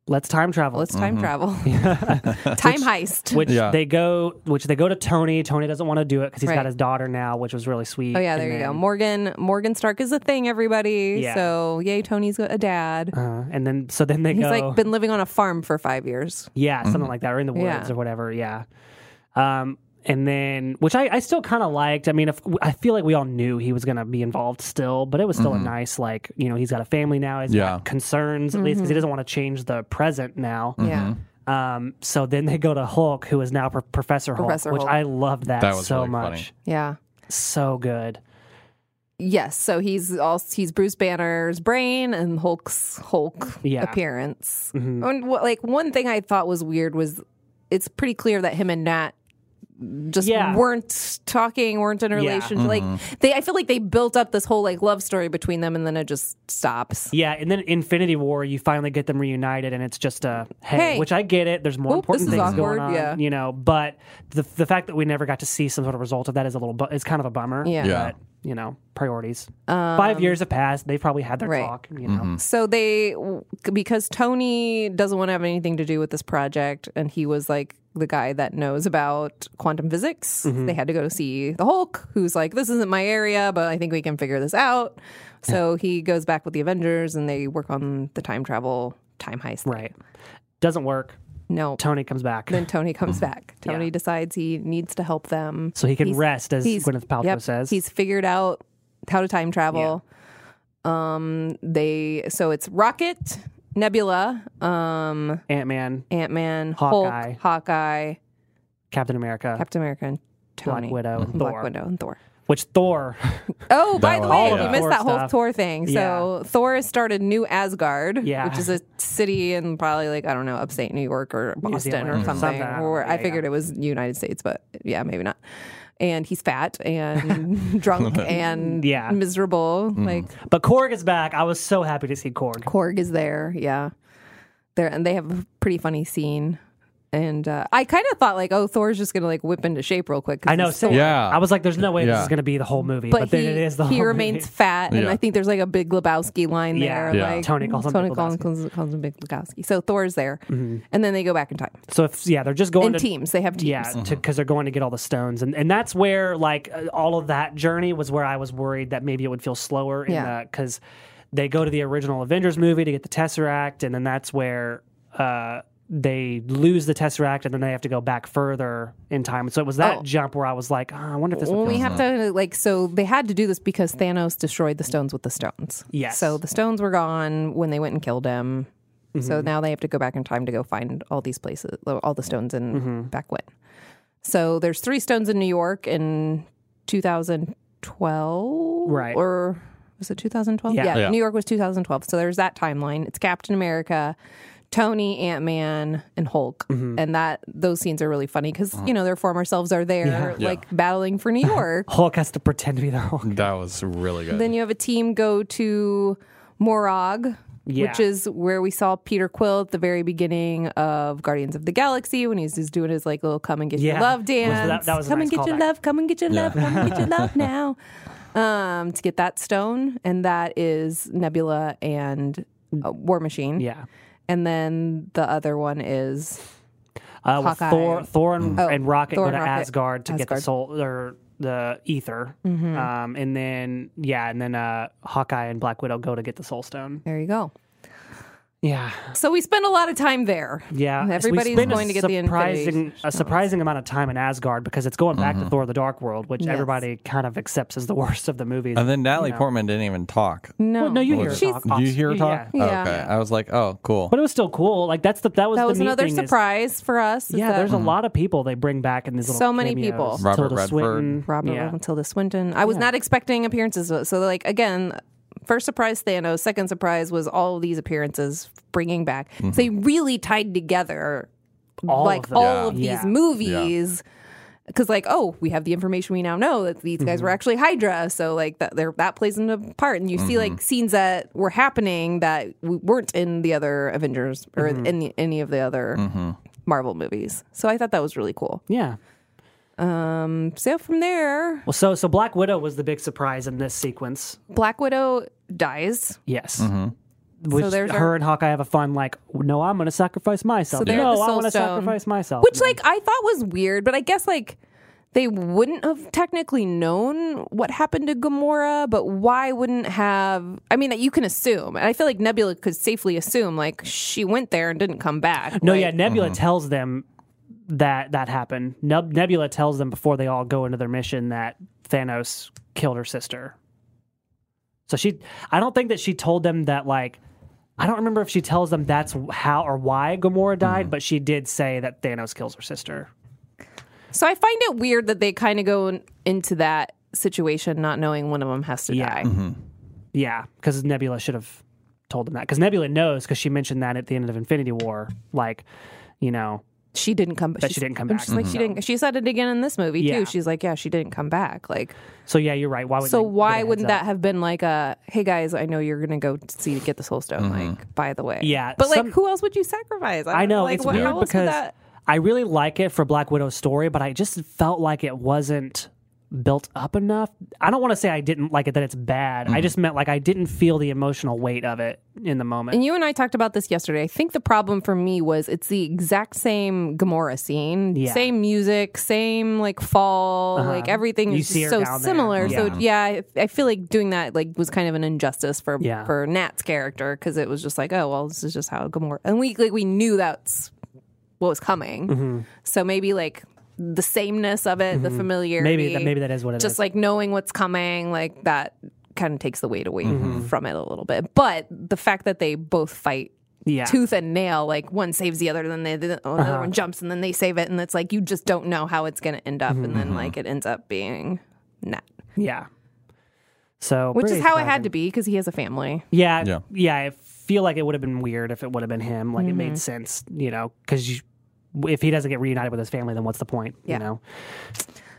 Let's time travel.
let's time travel. time heist.
Mm-hmm. which
Yeah.
they go which they go to Tony. Tony doesn't want to do it because he's
Right.
got his daughter now, which was really sweet.
oh yeah,
And
there you go.
then-
Morgan Morgan Stark is a thing, everybody.
Yeah.
So yay, Tony's a dad.
Uh, and then so then they
He's
go
like been living on a farm for five years.
Yeah,
Mm-hmm.
something like that, or in the woods
Yeah.
or whatever. Yeah. Um, and then, which I, I still kind of liked. I mean, if, I feel like we all knew he was going to be involved still, but it was still a nice, like, you know, he's got a family now. He's
Mm-hmm. Yeah.
got concerns, at least,
Mm-hmm.
because he doesn't want to change the present now.
Mm.
Yeah.
Um, so then they go to Hulk, who is now Pro- Professor Hulk,
Professor
which
Hulk.
I loved that,
That was
so
really
much.
funny.
Yeah.
So good.
Yes, so he's all he's Bruce Banner's brain and Hulk's Hulk
Yeah. Mm-hmm.
appearance. And what, like one thing I thought was weird was it's pretty clear that him and Nat just
Yeah.
weren't talking, weren't in a
Yeah.
relationship. Like they, I feel like they built up this whole like love story between them, and then it just stops.
Yeah, and then Infinity War, you finally get them reunited, and it's just a hey,
Hey.
which I get it. There's more
Oop,
important
this is
things
awkward,
going on,
yeah.
you know. But the the fact that we never got to see some sort of result of that is a little, bu- it's kind of a bummer.
Yeah. Um,
Yeah.
But you know, priorities. Five years have passed. They probably had their
Right.
talk. You know,
So they, because Tony doesn't want to have anything to do with this project, and he was like the guy that knows about quantum physics,
Mm-hmm.
they had to go see the Hulk, who's like, this isn't my area, but I think we can figure this out. So he goes back with the Avengers and they work on the time travel, time heist.
right? Doesn't work.
No.
Tony comes back,
Then Tony comes back. Tony decides he needs to help them.
Mm-hmm. so he can
he's-
rest, as
he's-
Gwyneth Paltrow
yep,
says.
He's figured out how to time travel. Um, they so it's Rocket, Nebula, um,
Ant Man,
Ant Man,
Hawkeye.
Hulk, Hawkeye,
Captain America,
Captain America, and Tony.
Black Widow, and
Black
Thor.
Widow and Thor.
Which Thor?
Oh, by
That
the
was-
way,
all
we
the
missed
Thor
that whole
stuff.
Thor thing. So Thor has started New Asgard,
Yeah.
which is a city in probably like I don't know, upstate New York or Boston
Zealand
or
or
something.
something, I don't
Or
know.
I
Yeah,
figured
yeah.
it was United States, but yeah, maybe not. And he's fat and drunk and
Yeah. Mm-hmm.
miserable. Like
but Korg is back. I was so happy to see Korg.
Korg is there, yeah. There and they have a pretty funny scene. And uh, I kind of thought like, oh, Thor's just gonna like whip into shape real quick. 'cause
I know.
he's
So
Thor.
Yeah.
I was like, "There's no way this
Yeah.
is going to be the whole movie," but,
but,
then
he,
it is the
he
whole
remains
movie.
fat, and
Yeah.
I think there's like a Big Lebowski line
Yeah.
there.
Yeah.
Like,
Tony calls him
Tony
Big
calls,
Lebowski. Mm-hmm.
calls, calls him Big Lebowski. So Thor's there, and then they go back in time
So if yeah, they're just going
in
to
teams. They have teams.
Yeah, because
Uh-huh.
they're going to get all the stones, and and that's where like uh, all of that journey was where I was worried that maybe it would feel slower.
Yeah.
because they go to the original Avengers movie to get the Tesseract, and then that's where uh, they lose the Tesseract, and then they have to go back further in time. So it was that
Oh.
jump where I was like, oh, I wonder if this.
Well,
Will
we
feel
have to like so they had to do this because Thanos destroyed the stones with the stones.
Yes.
So the stones were gone when they went and killed him. So
Mm-hmm.
now they have to go back in time to go find all these places, all the stones in
Mm-hmm.
back when. So there's three stones in New York in 2012,
Right.
Or was it 2012?
Yeah.
Yeah.
New York was 2012. So there's that timeline. It's Captain America. Tony, Ant Man, and Hulk,
Mm-hmm.
and that those scenes are really funny because
Uh-huh.
you know their former selves are there,
Yeah.
like battling for New York.
Hulk has to pretend to be the Hulk.
That was really good.
then you have a team go to Morog,
Yeah.
which is where we saw Peter Quill at the very beginning of Guardians of the Galaxy when he's just doing his like little come and get your
Yeah.
love
Was- that-
dance.
that was a
come and
nice
get your
callback.
love, come and get your love, come and get your love now. Um, to get that stone, and that is Nebula and uh, War Machine.
Yeah.
And then the other one is
Uh, with
Hawkeye.
Thor, Thor and,
Oh,
and Rocket
Thor and
go to
Rocket.
Asgard to get the
Asgard. Mm-hmm.
soul or the ether, um, and then yeah, and then uh, Hawkeye and Black Widow go to get the Soul Stone.
there you go.
Yeah,
So we spend a lot of time there.
yeah.
And
So we
everybody's
spend a
going to get the
surprising a surprising amount of time in Asgard because it's going
Mm-hmm.
back to Thor: The Dark World, which everybody kind of accepts as the worst of the movies.
and then Natalie Portman didn't even talk.
No,
Well, no, you hear
Well,
her
she's-
talk.
Did you hear her
Yeah.
talk?
Yeah.
Okay. I was like, oh, cool.
But it was still cool. Like that's the that was
that
the
was
neat
another
thing is-
surprise for us. is
yeah,
that-
there's a lot of people they bring back in these little
So many
cameos.
people.
Mm-hmm. Robert
Tilda
Redford.
Swinton.
Robert
yeah.
Tilda Swinton. I was not expecting appearances. So, like, again, first surprise Thanos, second surprise was all these appearances bringing back. So they really tied together
All of
like
them.
all
Yeah.
of these
Yeah.
movies. Because like oh we have the information we now know that these
Mm-hmm.
guys were actually Hydra so like that they're- that plays into part and you see like scenes that were happening that w- weren't in the other Avengers or
Mm-hmm.
in the, any of the other Marvel movies so I thought that was really cool Um,
Yeah.
so from there
Well, so so Black Widow was the big surprise in this sequence.
Black Widow dies.
Yes. Which
So there's
her
our-
and Hawkeye have a fun like. No, I'm going to sacrifice myself.
So they're
no,
the
I
Soul
want to
Stone.
sacrifice myself.
Which like I thought was weird, but I guess like they wouldn't have technically known what happened to Gamora, but why wouldn't have I mean you can assume. And I feel like Nebula could safely assume like she went there and didn't come back.
no,
Like,
yeah. Nebula tells them that that happened. Neb- Nebula tells them before they all go into their mission that Thanos killed her sister. So she, I don't think that she told them that like. I don't remember if she tells them that's how or why Gamora died, but she did say that Thanos kills her sister.
So I find it weird that they kind of go in- into that situation not knowing one of them has to
Yeah. Mm-hmm.
die.
Yeah, because Nebula should have told them that. Because Nebula knows, because she mentioned that at the end of Infinity War. Like, you know,
she didn't come.
That she
she's-
didn't come
I'm
back.
just
Mm-hmm.
like she didn't. She said it again in this movie
Yeah.
too. She's like, yeah, she didn't come back. Like,
So yeah, you're right. Why would
so
they give it a
why
heads
wouldn't
up?
that have been like a, hey guys, I know you're gonna go see get the soul stone. Like, by the way,
Mm-hmm. Yeah,
But
some-
like, who else would you sacrifice?
I
don't
know
Like,
it's
what- how
weird
else would
because
that-
I really like it for Black Widow's story, but I just felt like it wasn't built up enough. I don't want to say I didn't like it that it's bad. I just meant like I didn't feel the emotional weight of it in the moment.
And you and I talked about this yesterday. I think the problem for me was it's the exact same Gamora scene,
Yeah. Uh-huh.
same music, same like fall, like everything
You
is
see her
just so
down
similar.
there.
So yeah, I, I feel like doing that like was kind of an injustice for
Yeah.
for Nat's character because it was just like, oh well, this is just how Gamora, and we like we knew that's what was coming.
Mm-hmm.
So maybe like the sameness of it, the familiarity,
maybe that maybe that is what it is.
just like knowing what's coming, like that kind of takes the weight away
Mm-hmm.
from it a little bit. But the fact that they both fight
yeah. Uh-huh.
tooth and nail, like one saves the other, then they, the another one jumps, and then they save it, and it's like you just don't know how it's going to end up,
Mm-hmm.
and then like it ends up being net,
yeah. So
which
pretty
is how it
surprising.
had to be because he has a family.
Yeah,
Yeah.
yeah, I feel like it would have been weird if it would have been him. Like it
Mm-hmm.
made sense, you know, because if he doesn't get reunited with his family, then what's the point?
Yeah.
You know.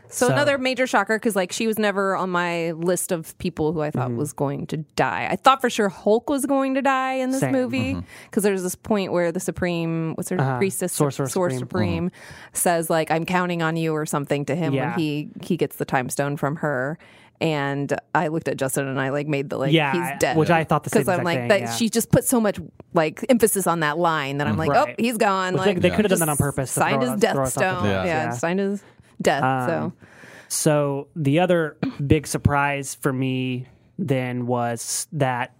So,
So-
another major shocker because like she was never on my list of people who I thought
Mm-hmm.
was going to die. I thought for sure Hulk was going to die in this
Same. Mm-hmm.
movie because there's this point where the Supreme, what's her priestess,
Uh-huh. Sorcerer
Sorcerer
Supreme. Mm-hmm.
Supreme, says like I'm counting on you or something to him
Yeah.
when he he gets the time stone from her. And I looked at Justin and I like made the like
Yeah, I-
he's dead,
which I thought the same
because I'm
exact
like
thing,
that
yeah.
she just put so much like emphasis on that line that I'm like
Right.
oh he's gone
Which they-
like
they could have
just
done that on purpose to
signed his
throw us- throw
death
us off the Um,
stone
mm-hmm.
cliff.
yeah,
Yeah.
signed his death so
So the other big surprise for me then was that.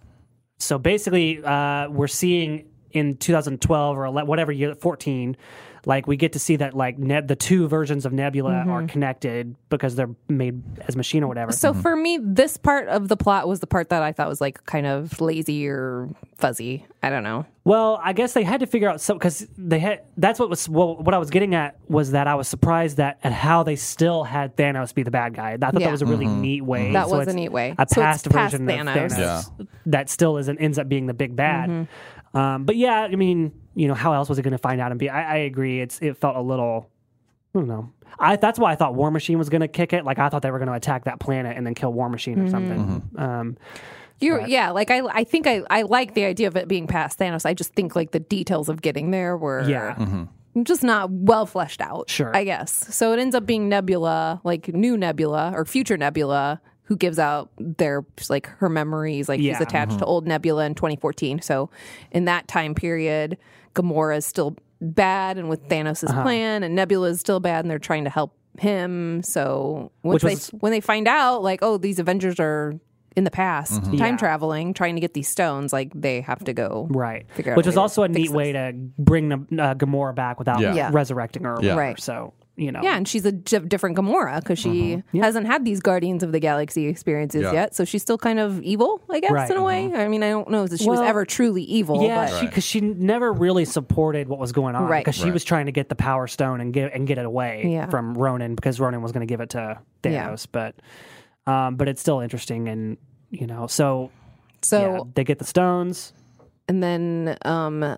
So basically, uh, we're seeing in 2012 or 11, whatever year, 14, like we get to see that like ne- the two versions of Nebula are connected because they're made as machine or whatever.
Mm-hmm. So for me, this part of the plot was the part that I thought was like kind of lazy or fuzzy. I don't know.
Well, I guess they had to figure out so because they had. That's what was well, what I was getting at was that I was surprised that at how they still had Thanos be the bad guy. I thought
Yeah.
that was a really neat way.
That was
it's
a neat way. So
A
it's
past
past
version
Thanos.
of Thanos that still isn't ends up being the big bad.
Mm-hmm.
Um, but yeah, I mean, you know, how else was it going to find out and be? I, I agree. It's it felt a little. I don't know. I that's why I thought War Machine was going to kick it. Like I thought they were going to attack that planet and then kill War Machine
Mm-hmm.
or something. Um,
You yeah, like I I think I I like the idea of it being past Thanos. I just think like the details of getting there were
yeah.
just not well fleshed out.
Sure.
I guess. So it ends up being Nebula, like new Nebula or future Nebula. Who gives out their like her memories? Like she's
Yeah. uh-huh.
attached to old Nebula in 2014. So in that time period, Gamora is still bad, and with Thanos'
Uh-huh.
plan, and Nebula is still bad, and they're trying to help him. So once
Which
they
was-
when they find out, like oh, these Avengers are in the past, time
Yeah.
traveling, trying to get these stones, like they have to go
Right.
figure out
Which
a
was
way to
also a
fix
neat way to bring the- uh, Gamora back without
Yeah.
Yeah.
resurrecting her. or whatever.
Right.
So, you know.
Yeah, and she's a d- different Gamora because she
Mm-hmm.
hasn't had these Guardians of the Galaxy experiences
Yeah.
yet. So she's still kind of evil, I guess,
Right.
in a way. I mean, I don't know that she
Well,
was ever truly evil.
Yeah,
but
she because she never really supported what was going on
Right.
because she
Right.
was trying to get the Power Stone and get and get it away
Yeah.
from Ronan because Ronan was going to give it to
Yeah.
Thanos, but um, but it's still interesting and you know so
so
yeah, they get the stones.
and then um,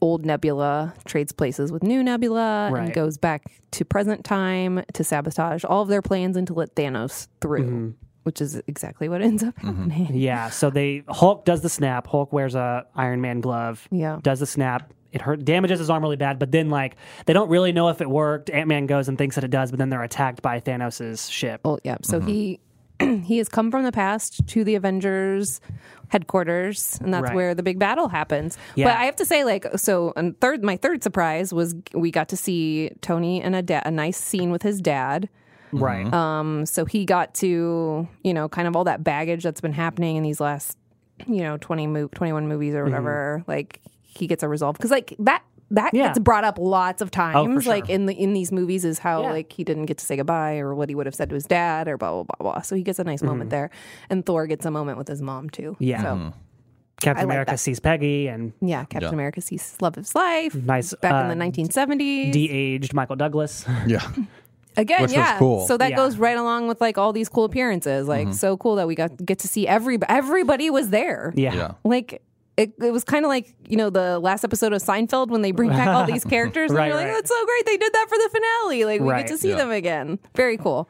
old Nebula trades places with new Nebula
Right.
and goes back to present time to sabotage all of their plans and to let Thanos through,
Mm-hmm.
which is exactly what ends up happening.
Yeah, so they Hulk does the snap. Hulk wears a Iron Man glove.
Yeah.
does the snap. It hurt damages his arm really bad, but then like they don't really know if it worked. Ant Man goes and thinks that it does, but then they're attacked by Thanos' ship.
Well, yeah.
Mm-hmm.
So he he has come from the past to the Avengers headquarters, and that's
Right.
where the big battle happens.
Yeah.
But I have to say, like, so and third, my third surprise was we got to see Tony and a, da- a nice scene with his dad.
Right.
Uh-huh.
Um, so he got to you know kind of all that baggage that's been happening in these last you know 20 mo- 21 movies
Mm-hmm.
or whatever like he gets a resolve because like that that
Yeah. Oh,
gets brought up lots of times
sure.
like in the in these movies is how
Yeah.
like he didn't get to say goodbye or what he would have said to his dad or blah blah blah blah so he gets a nice moment there and thor gets a moment with his mom too
Mm-hmm. Yeah. Mm-hmm.
so
Captain
I like
America
that.
sees Peggy and
yeah captain america sees love of his life
Nice,
back
uh,
in the 1970s
de-aged Michael Douglas.
Yeah.
again
Which was
yeah
cool. Mm-hmm.
so that
Yeah.
goes right along with like all these cool appearances like so cool that we got get to see every everybody was there
Yeah.
Yeah.
like it, it was kind of like you know the last episode of Seinfeld when they bring back all these characters and
Right,
you're like
right.
that's so great they did that for the finale like we
Right.
get to see
Yeah.
them again very cool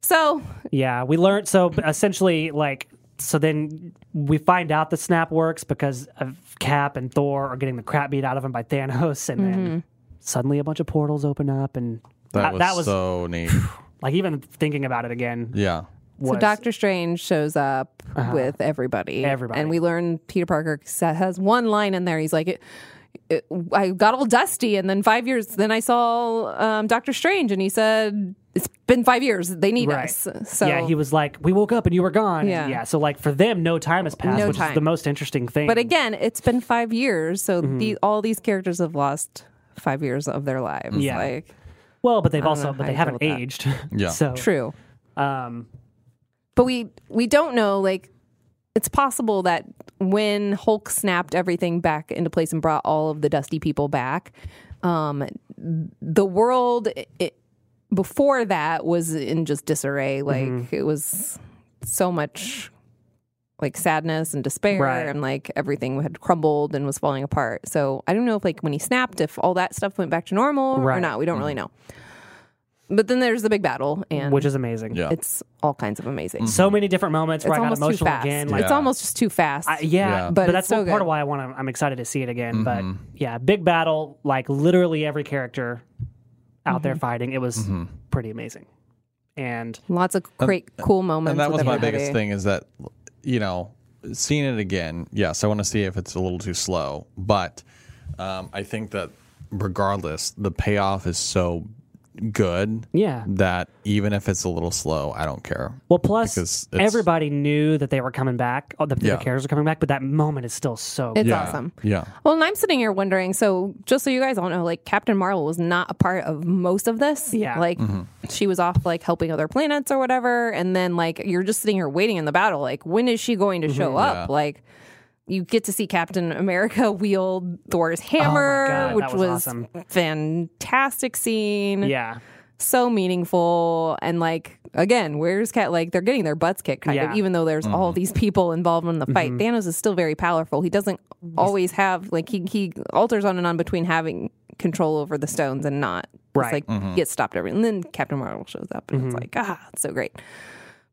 so
Yeah, we learned so b- essentially like so then we find out the snap works because of Cap and Thor are getting the crap beat out of him by Thanos, and
Mm-hmm.
then suddenly a bunch of portals open up, and
That,
that,
was,
that was
so neat.
like even thinking about it again
Yeah.
was Uh-huh.
so Doctor Strange shows up with everybody
Everybody.
and we learn Peter Parker sa- has one line in there he's like. It, it, I got all dusty, and then five years. Then I saw um, Doctor Strange, and he said, "It's been five years. They need
Right.
us." So
yeah, he was like, "We woke up and you were gone."
Yeah.
Yeah, yeah. So like for them, no time has passed,
No
which
time.
is the most interesting thing.
But again, it's been five years, so
Mm-hmm.
the, all these characters have lost five years of their lives.
Yeah.
like
well, but they've
don't
also
know
but
how
they
you
haven't
feel about that.
aged.
Yeah.
So
true.
um,
But we we don't know. Like it's possible that when Hulk snapped everything back into place and brought all of the Dusty people back, um, the world it, before that was in just disarray. Like
Mm-hmm.
it was so much like sadness and despair
Right.
and like everything had crumbled and was falling apart. So I don't know if like when he snapped if all that stuff went back to normal or
Right. Mm-hmm.
not. We don't really know. But then there's the big battle and
which is Mm-hmm. amazing.
Yeah.
it's all kinds of amazing.
So many different moments
It's
where I got
almost too
emotional
fast.
again. Like
It's
Yeah.
almost just too fast.
I- yeah,
Yeah. Mm-hmm.
But
but,
it's
that's
so
one part
good.
of why I want to. I'm excited to see it again. But yeah, big battle, like literally every character out
Mm-hmm.
there fighting. It was
Mm-hmm.
pretty amazing, and
Lots of great, cool moments.
And that
with
was my
everybody.
biggest thing is that, you know, seeing it again, yes, I want to see if it's a little too slow. But um, I think that regardless, the payoff is so good
yeah.
that even if it's a little slow, I don't care.
Well, plus
Because it's-
everybody knew that they were coming back. Oh, the,
Yeah.
the characters are coming back, but that moment is still so.
It's
good.
awesome.
Yeah.
Well, and I'm sitting here wondering. So, just so you guys all know, like Captain Marvel was not a part of most of this.
Yeah.
like
Mm-hmm.
she was off like helping other planets or whatever, and then like you're just sitting here waiting in the battle. Like, when is she going to
Mm-hmm.
show up? Like, you get to see Captain America wield Thor's hammer,
Oh God,
which
that was awesome.
fantastic scene.
Yeah,
so meaningful and like again where's cat like they're getting their butts kicked kind of
Yeah. Mm-hmm.
even though there's all these people involved in the fight thanos is still very powerful he doesn't always have like he, he alters on and on between having control over the stones and not It's
Right. Mm-hmm.
like gets stopped every and then captain marvel shows up and it's like ah it's so great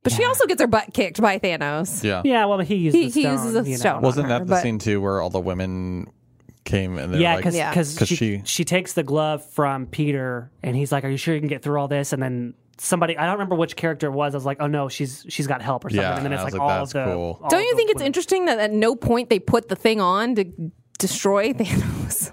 but she also gets her butt kicked by thanos
Yeah.
yeah. Well, he uses
He-
the
he
stone,
uses a
you know.
stone.
Wasn't that the
But-
scene too where all the women came and they're
Yeah,
like,
because
Yeah.
Cause
she,
she-
she takes the glove from Peter, and he's like, "Are you sure you can get through all this?" And then somebody, I don't remember which character it was. I was like, "Oh no, she's she's got help or something."
Yeah,
and then
and
it's
I was
like,
like,
all
"That's
the.
cool."
all
don't you
the
think it's
women-
interesting that at no point they put the thing on to destroy thanos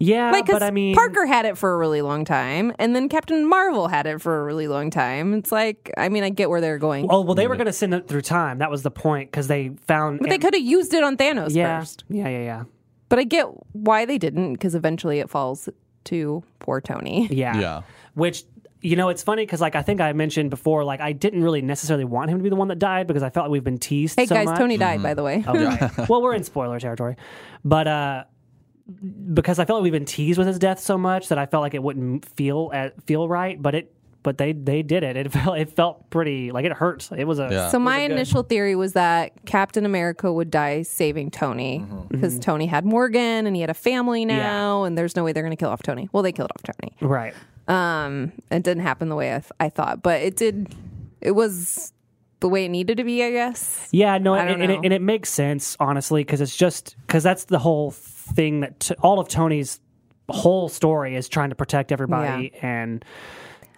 Yeah,
Like, 'cause
but I mean,
Parker had it for a really long time, and then Captain Marvel had it for a really long time. It's like, I mean, I get where they're going,
Oh well, they were going to send it through time. That was the point because they found.
but they could have used it on Thanos
yeah,
first.
yeah, yeah, yeah,
But I get why they didn't, because eventually it falls to poor Tony.
yeah,
Yeah.
Which you know, it's funny because like I think I mentioned before, like I didn't really necessarily want him to be the one that died because I felt like we've been teased.
Hey
so
guys,
much. Oh,
Tony died, by the way.
Oh,
Right. well, we're in spoiler territory, but uh, because I felt like we've been teased with his death so much that I felt like it wouldn't feel uh, feel right. But it, but they they did it. It felt it felt pretty like it hurt. It was a
Yeah.
So my initial theory was that Captain America would die saving Tony because
Mm-hmm.
Tony had Morgan and he had a family now, and there's no way they're going to kill off Tony. Well, they killed off Tony.
right.
Um, it didn't happen the way I, th- I thought, but it did. It was the way it needed to be, I guess.
Yeah, no,
I
and,
don't
and
know.
it, and it makes sense honestly because it's just because that's the whole thing that t- all of Tony's whole story is trying to protect everybody and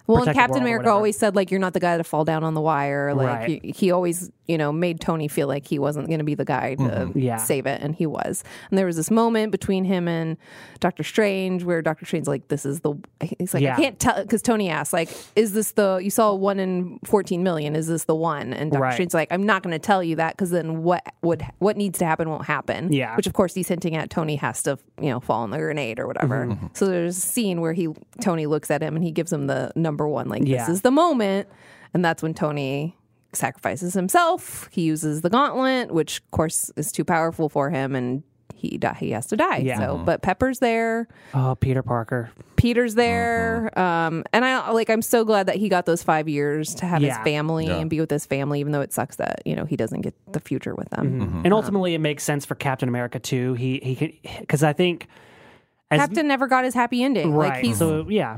Well, and
protect the
Captain
world or
America
whatever.
always said like you're not the guy to fall down on the wire. Like
Right.
he, he always, you know, made Tony feel like he wasn't going to be the guy to
Yeah.
save it, and he was. And there was this moment between him and Doctor Strange where Doctor Strange's like, "This is the," he's like, "I
Yeah.
can't tell," because Tony asked, "Like, is this the you saw one in fourteen million? Is this the one?" And Doctor
Right.
Strange's like, "I'm not going to tell you that because then what would what needs to happen won't happen."
Yeah.
which of course he's hinting at Tony has to, you know, fall on the grenade or whatever.
Mm-hmm.
So there's a scene where he Tony looks at him and he gives him the number one, like this
Yeah.
is the moment. And that's when Tony sacrifices himself. He uses the gauntlet, which of course is too powerful for him and he die, he has to die.
Yeah. Mm-hmm.
So, but Pepper's there,
Oh, Peter Parker.
Peter's
Mm-hmm.
there, um, and I like I'm so glad that he got those five years to have
Yeah.
his family
Yeah.
and be with his family, even though it sucks that you know he doesn't get the future with them.
And ultimately, it makes sense for Captain America too. He he could because I think as
Captain never got his happy ending.
right.
Like he's
so yeah,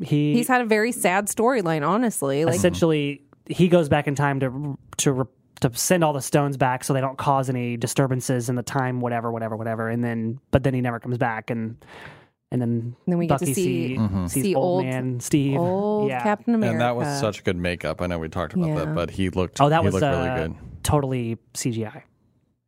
he
he's had a very sad storyline, honestly. Like um,
essentially he goes back in time to to re- to send all the stones back so they don't cause any disturbances in the time whatever whatever whatever and then but then he never comes back and and then
Then we get to
Bucky
see-
see,
Mm-hmm.
sees
see
old,
old-
man Steve
old
yeah.
Captain America.
And that was such good makeup. I know we talked about
Yeah.
that, but he looked.
oh that
he
was
looked
uh,
really good.
totally CGI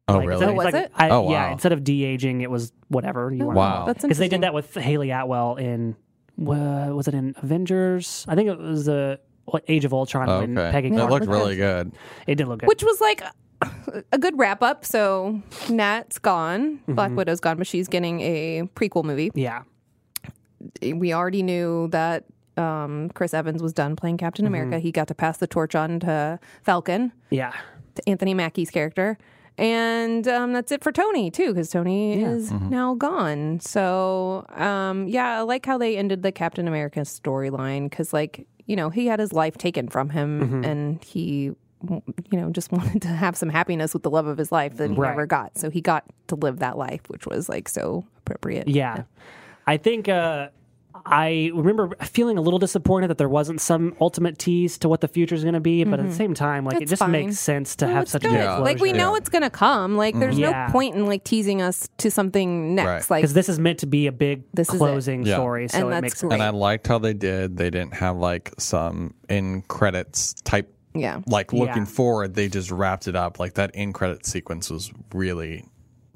Oh
Like,
really?
Oh, was
like,
it?
I,
Oh,
yeah
wow.
instead of de aging it was whatever you want
Wow.
Oh, That's
because they did
interesting.
that with Haley Atwell in wa- was it in Avengers I think it was the what Age of Ultron
Oh,
when
okay.
Peggy
it
Clark
looked
was-
really good.
it did look good
which was like a good wrap up. So Nat's gone,
Mm-hmm.
Black Widow's gone, but she's getting a prequel movie.
yeah
We already knew that um, Chris Evans was done playing Captain
Mm-hmm.
America. He got to pass the torch on to Falcon,
yeah
to Anthony Mackie's character. And um, that's it for Tony too, because Tony is
Mm-hmm.
now gone. So um, yeah, I like how they ended the Captain America storyline because, like, you know, he had his life taken from him,
Mm-hmm.
and he, you know, just wanted to have some happiness with the love of his life that he
Right.
never got. So he got to live that life, which was like so appropriate.
Yeah. I think uh, I remember feeling a little disappointed that there wasn't some ultimate tease to what the future is going to be, but at the same time, like it
It's
just
Mm-hmm. fine.
makes sense to have
it's
such
good.
a
Yeah.
disclosure.
Like we know
Yeah. Mm-hmm.
it's gonna come. Like there's
Yeah.
no point in like teasing us to something next.
Right.
Like
because this is meant to be a big
This is it.
closing
Yeah.
story, so
And
it
that's
makes
great.
sense.
And I liked how they did. They didn't have like some in credits type,
yeah,
like looking
Yeah.
forward. They just wrapped it up. Like that in credit sequence was really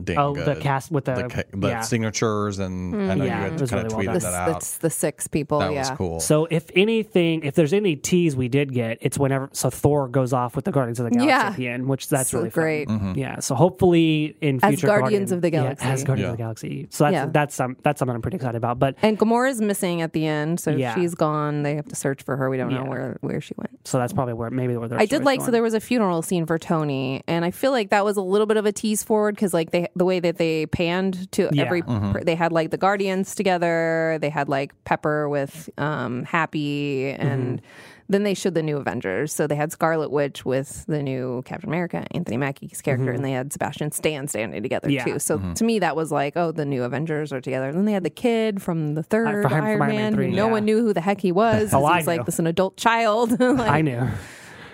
dang
Oh,
good.
the cast with the,
the, ca- the
yeah.
signatures and I know
Yeah,
you
it
had
was
kind of
really well
tweeted
done.
that out.
that's Mm. the six people.
that
yeah.
was cool.
So if anything, if there's any tease we did get, it's whenever so Thor goes off with the Guardians of the Galaxy
Yeah.
at the end, which that's
So
really fun.
great.
Mm-hmm.
Yeah. So hopefully in
As
future
Guardians
Guardian-
of the
yeah,
Galaxy.
as Guardians of the Galaxy. So that's
Yeah.
that's some that's something I'm pretty excited about. But
And Gamora's missing at the end, so
Yeah.
she's gone. They have to search for her. We don't
Yeah.
know where, where she went.
so that's probably where maybe where the
I did
story's
like
going.
so there was a funeral scene for Tony, and I feel like that was a little bit of a tease forward because like they the way that they panned to
Yeah. Mm-hmm.
every per- they had like the Guardians together, they had like Pepper with um Happy,
Mm-hmm.
and then they showed the new Avengers. So they had Scarlet Witch with the new Captain America, Anthony Mackie's character, and they had Sebastian Stan standing together
Mm-hmm. Yeah. Mm-hmm.
too. So to me that was like oh the new Avengers are together. And then they had the kid from the third
from
Iron,
Iron Man
Man, who
3,
no
yeah.
one knew who the heck he was.
Oh,
he
I
was
knew.
like this an adult child. Like,
I knew.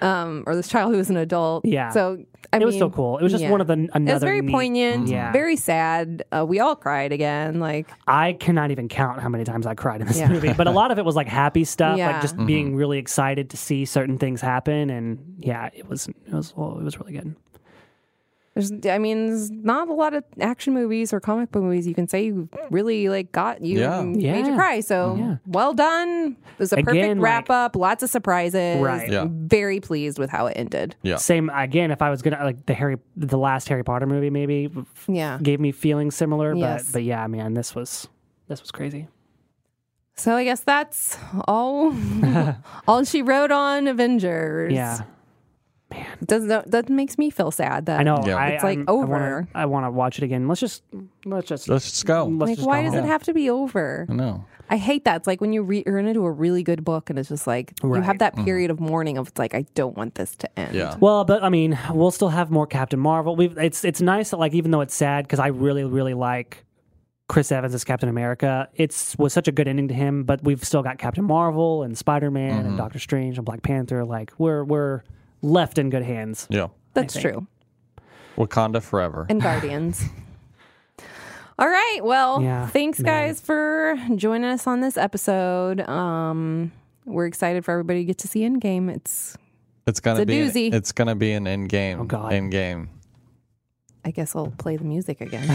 um, or this child who was an adult.
Yeah.
So I
it
mean,
was so cool. It was just
yeah.
one of the another.
It was very
neat- Mm. Mm-hmm.
poignant.
Yeah.
Very sad. Uh, we all cried again. Like
I cannot even count how many times I cried in this
Yeah.
movie, but a lot of it was like happy stuff, like
Yeah.
Mm-hmm.
just being really excited to see certain things happen, and yeah, it was it was well, it was really good.
there's, I mean, there's not a lot of action movies or comic book movies you can say you really like got you
Yeah.
and made
Yeah.
you cry. So
Yeah.
well done. It was a perfect
Again, like-
wrap up. Lots of surprises.
Right.
Yeah.
Very pleased with how it ended.
yeah.
Same again. If I was gonna like the Harry, the last Harry Potter movie, maybe f-
Yeah.
gave me feelings similar,
Yes.
but but yeah, man, this was this was crazy.
So I guess that's all. all she wrote on Avengers.
Yeah,
Does that, that makes me feel sad that
I know.
Yeah.
I,
It's, like,
I'm-
over.
I want to watch it again. Let's just let's just
Let's just go.
let's
Like,
just
why
go
does
home.
it have to be over?
I know.
I hate that. It's like when you re- you're into a really good book, and it's just like you
Right.
have that period of mourning of it's like I don't want this to end.
Yeah.
Well, but I mean, we'll still have more Captain Marvel. We've it's it's nice that like even though it's sad because I really really like Chris Evans as Captain America. It's was such a good ending to him, but we've still got Captain Marvel and Spider Man and Doctor Strange and Black Panther. Like we're we're left in good hands.
Yeah.
that's true.
Wakanda forever.
And Guardians. All right. Well,
Yeah,
thanks
man.
guys for joining us on this episode. Um, we're excited for everybody to get to see Endgame. It's
it's gonna
it's a
be. an-
doozy.
it's gonna be an end game.
Oh, God.
End game.
I guess I'll play the music again.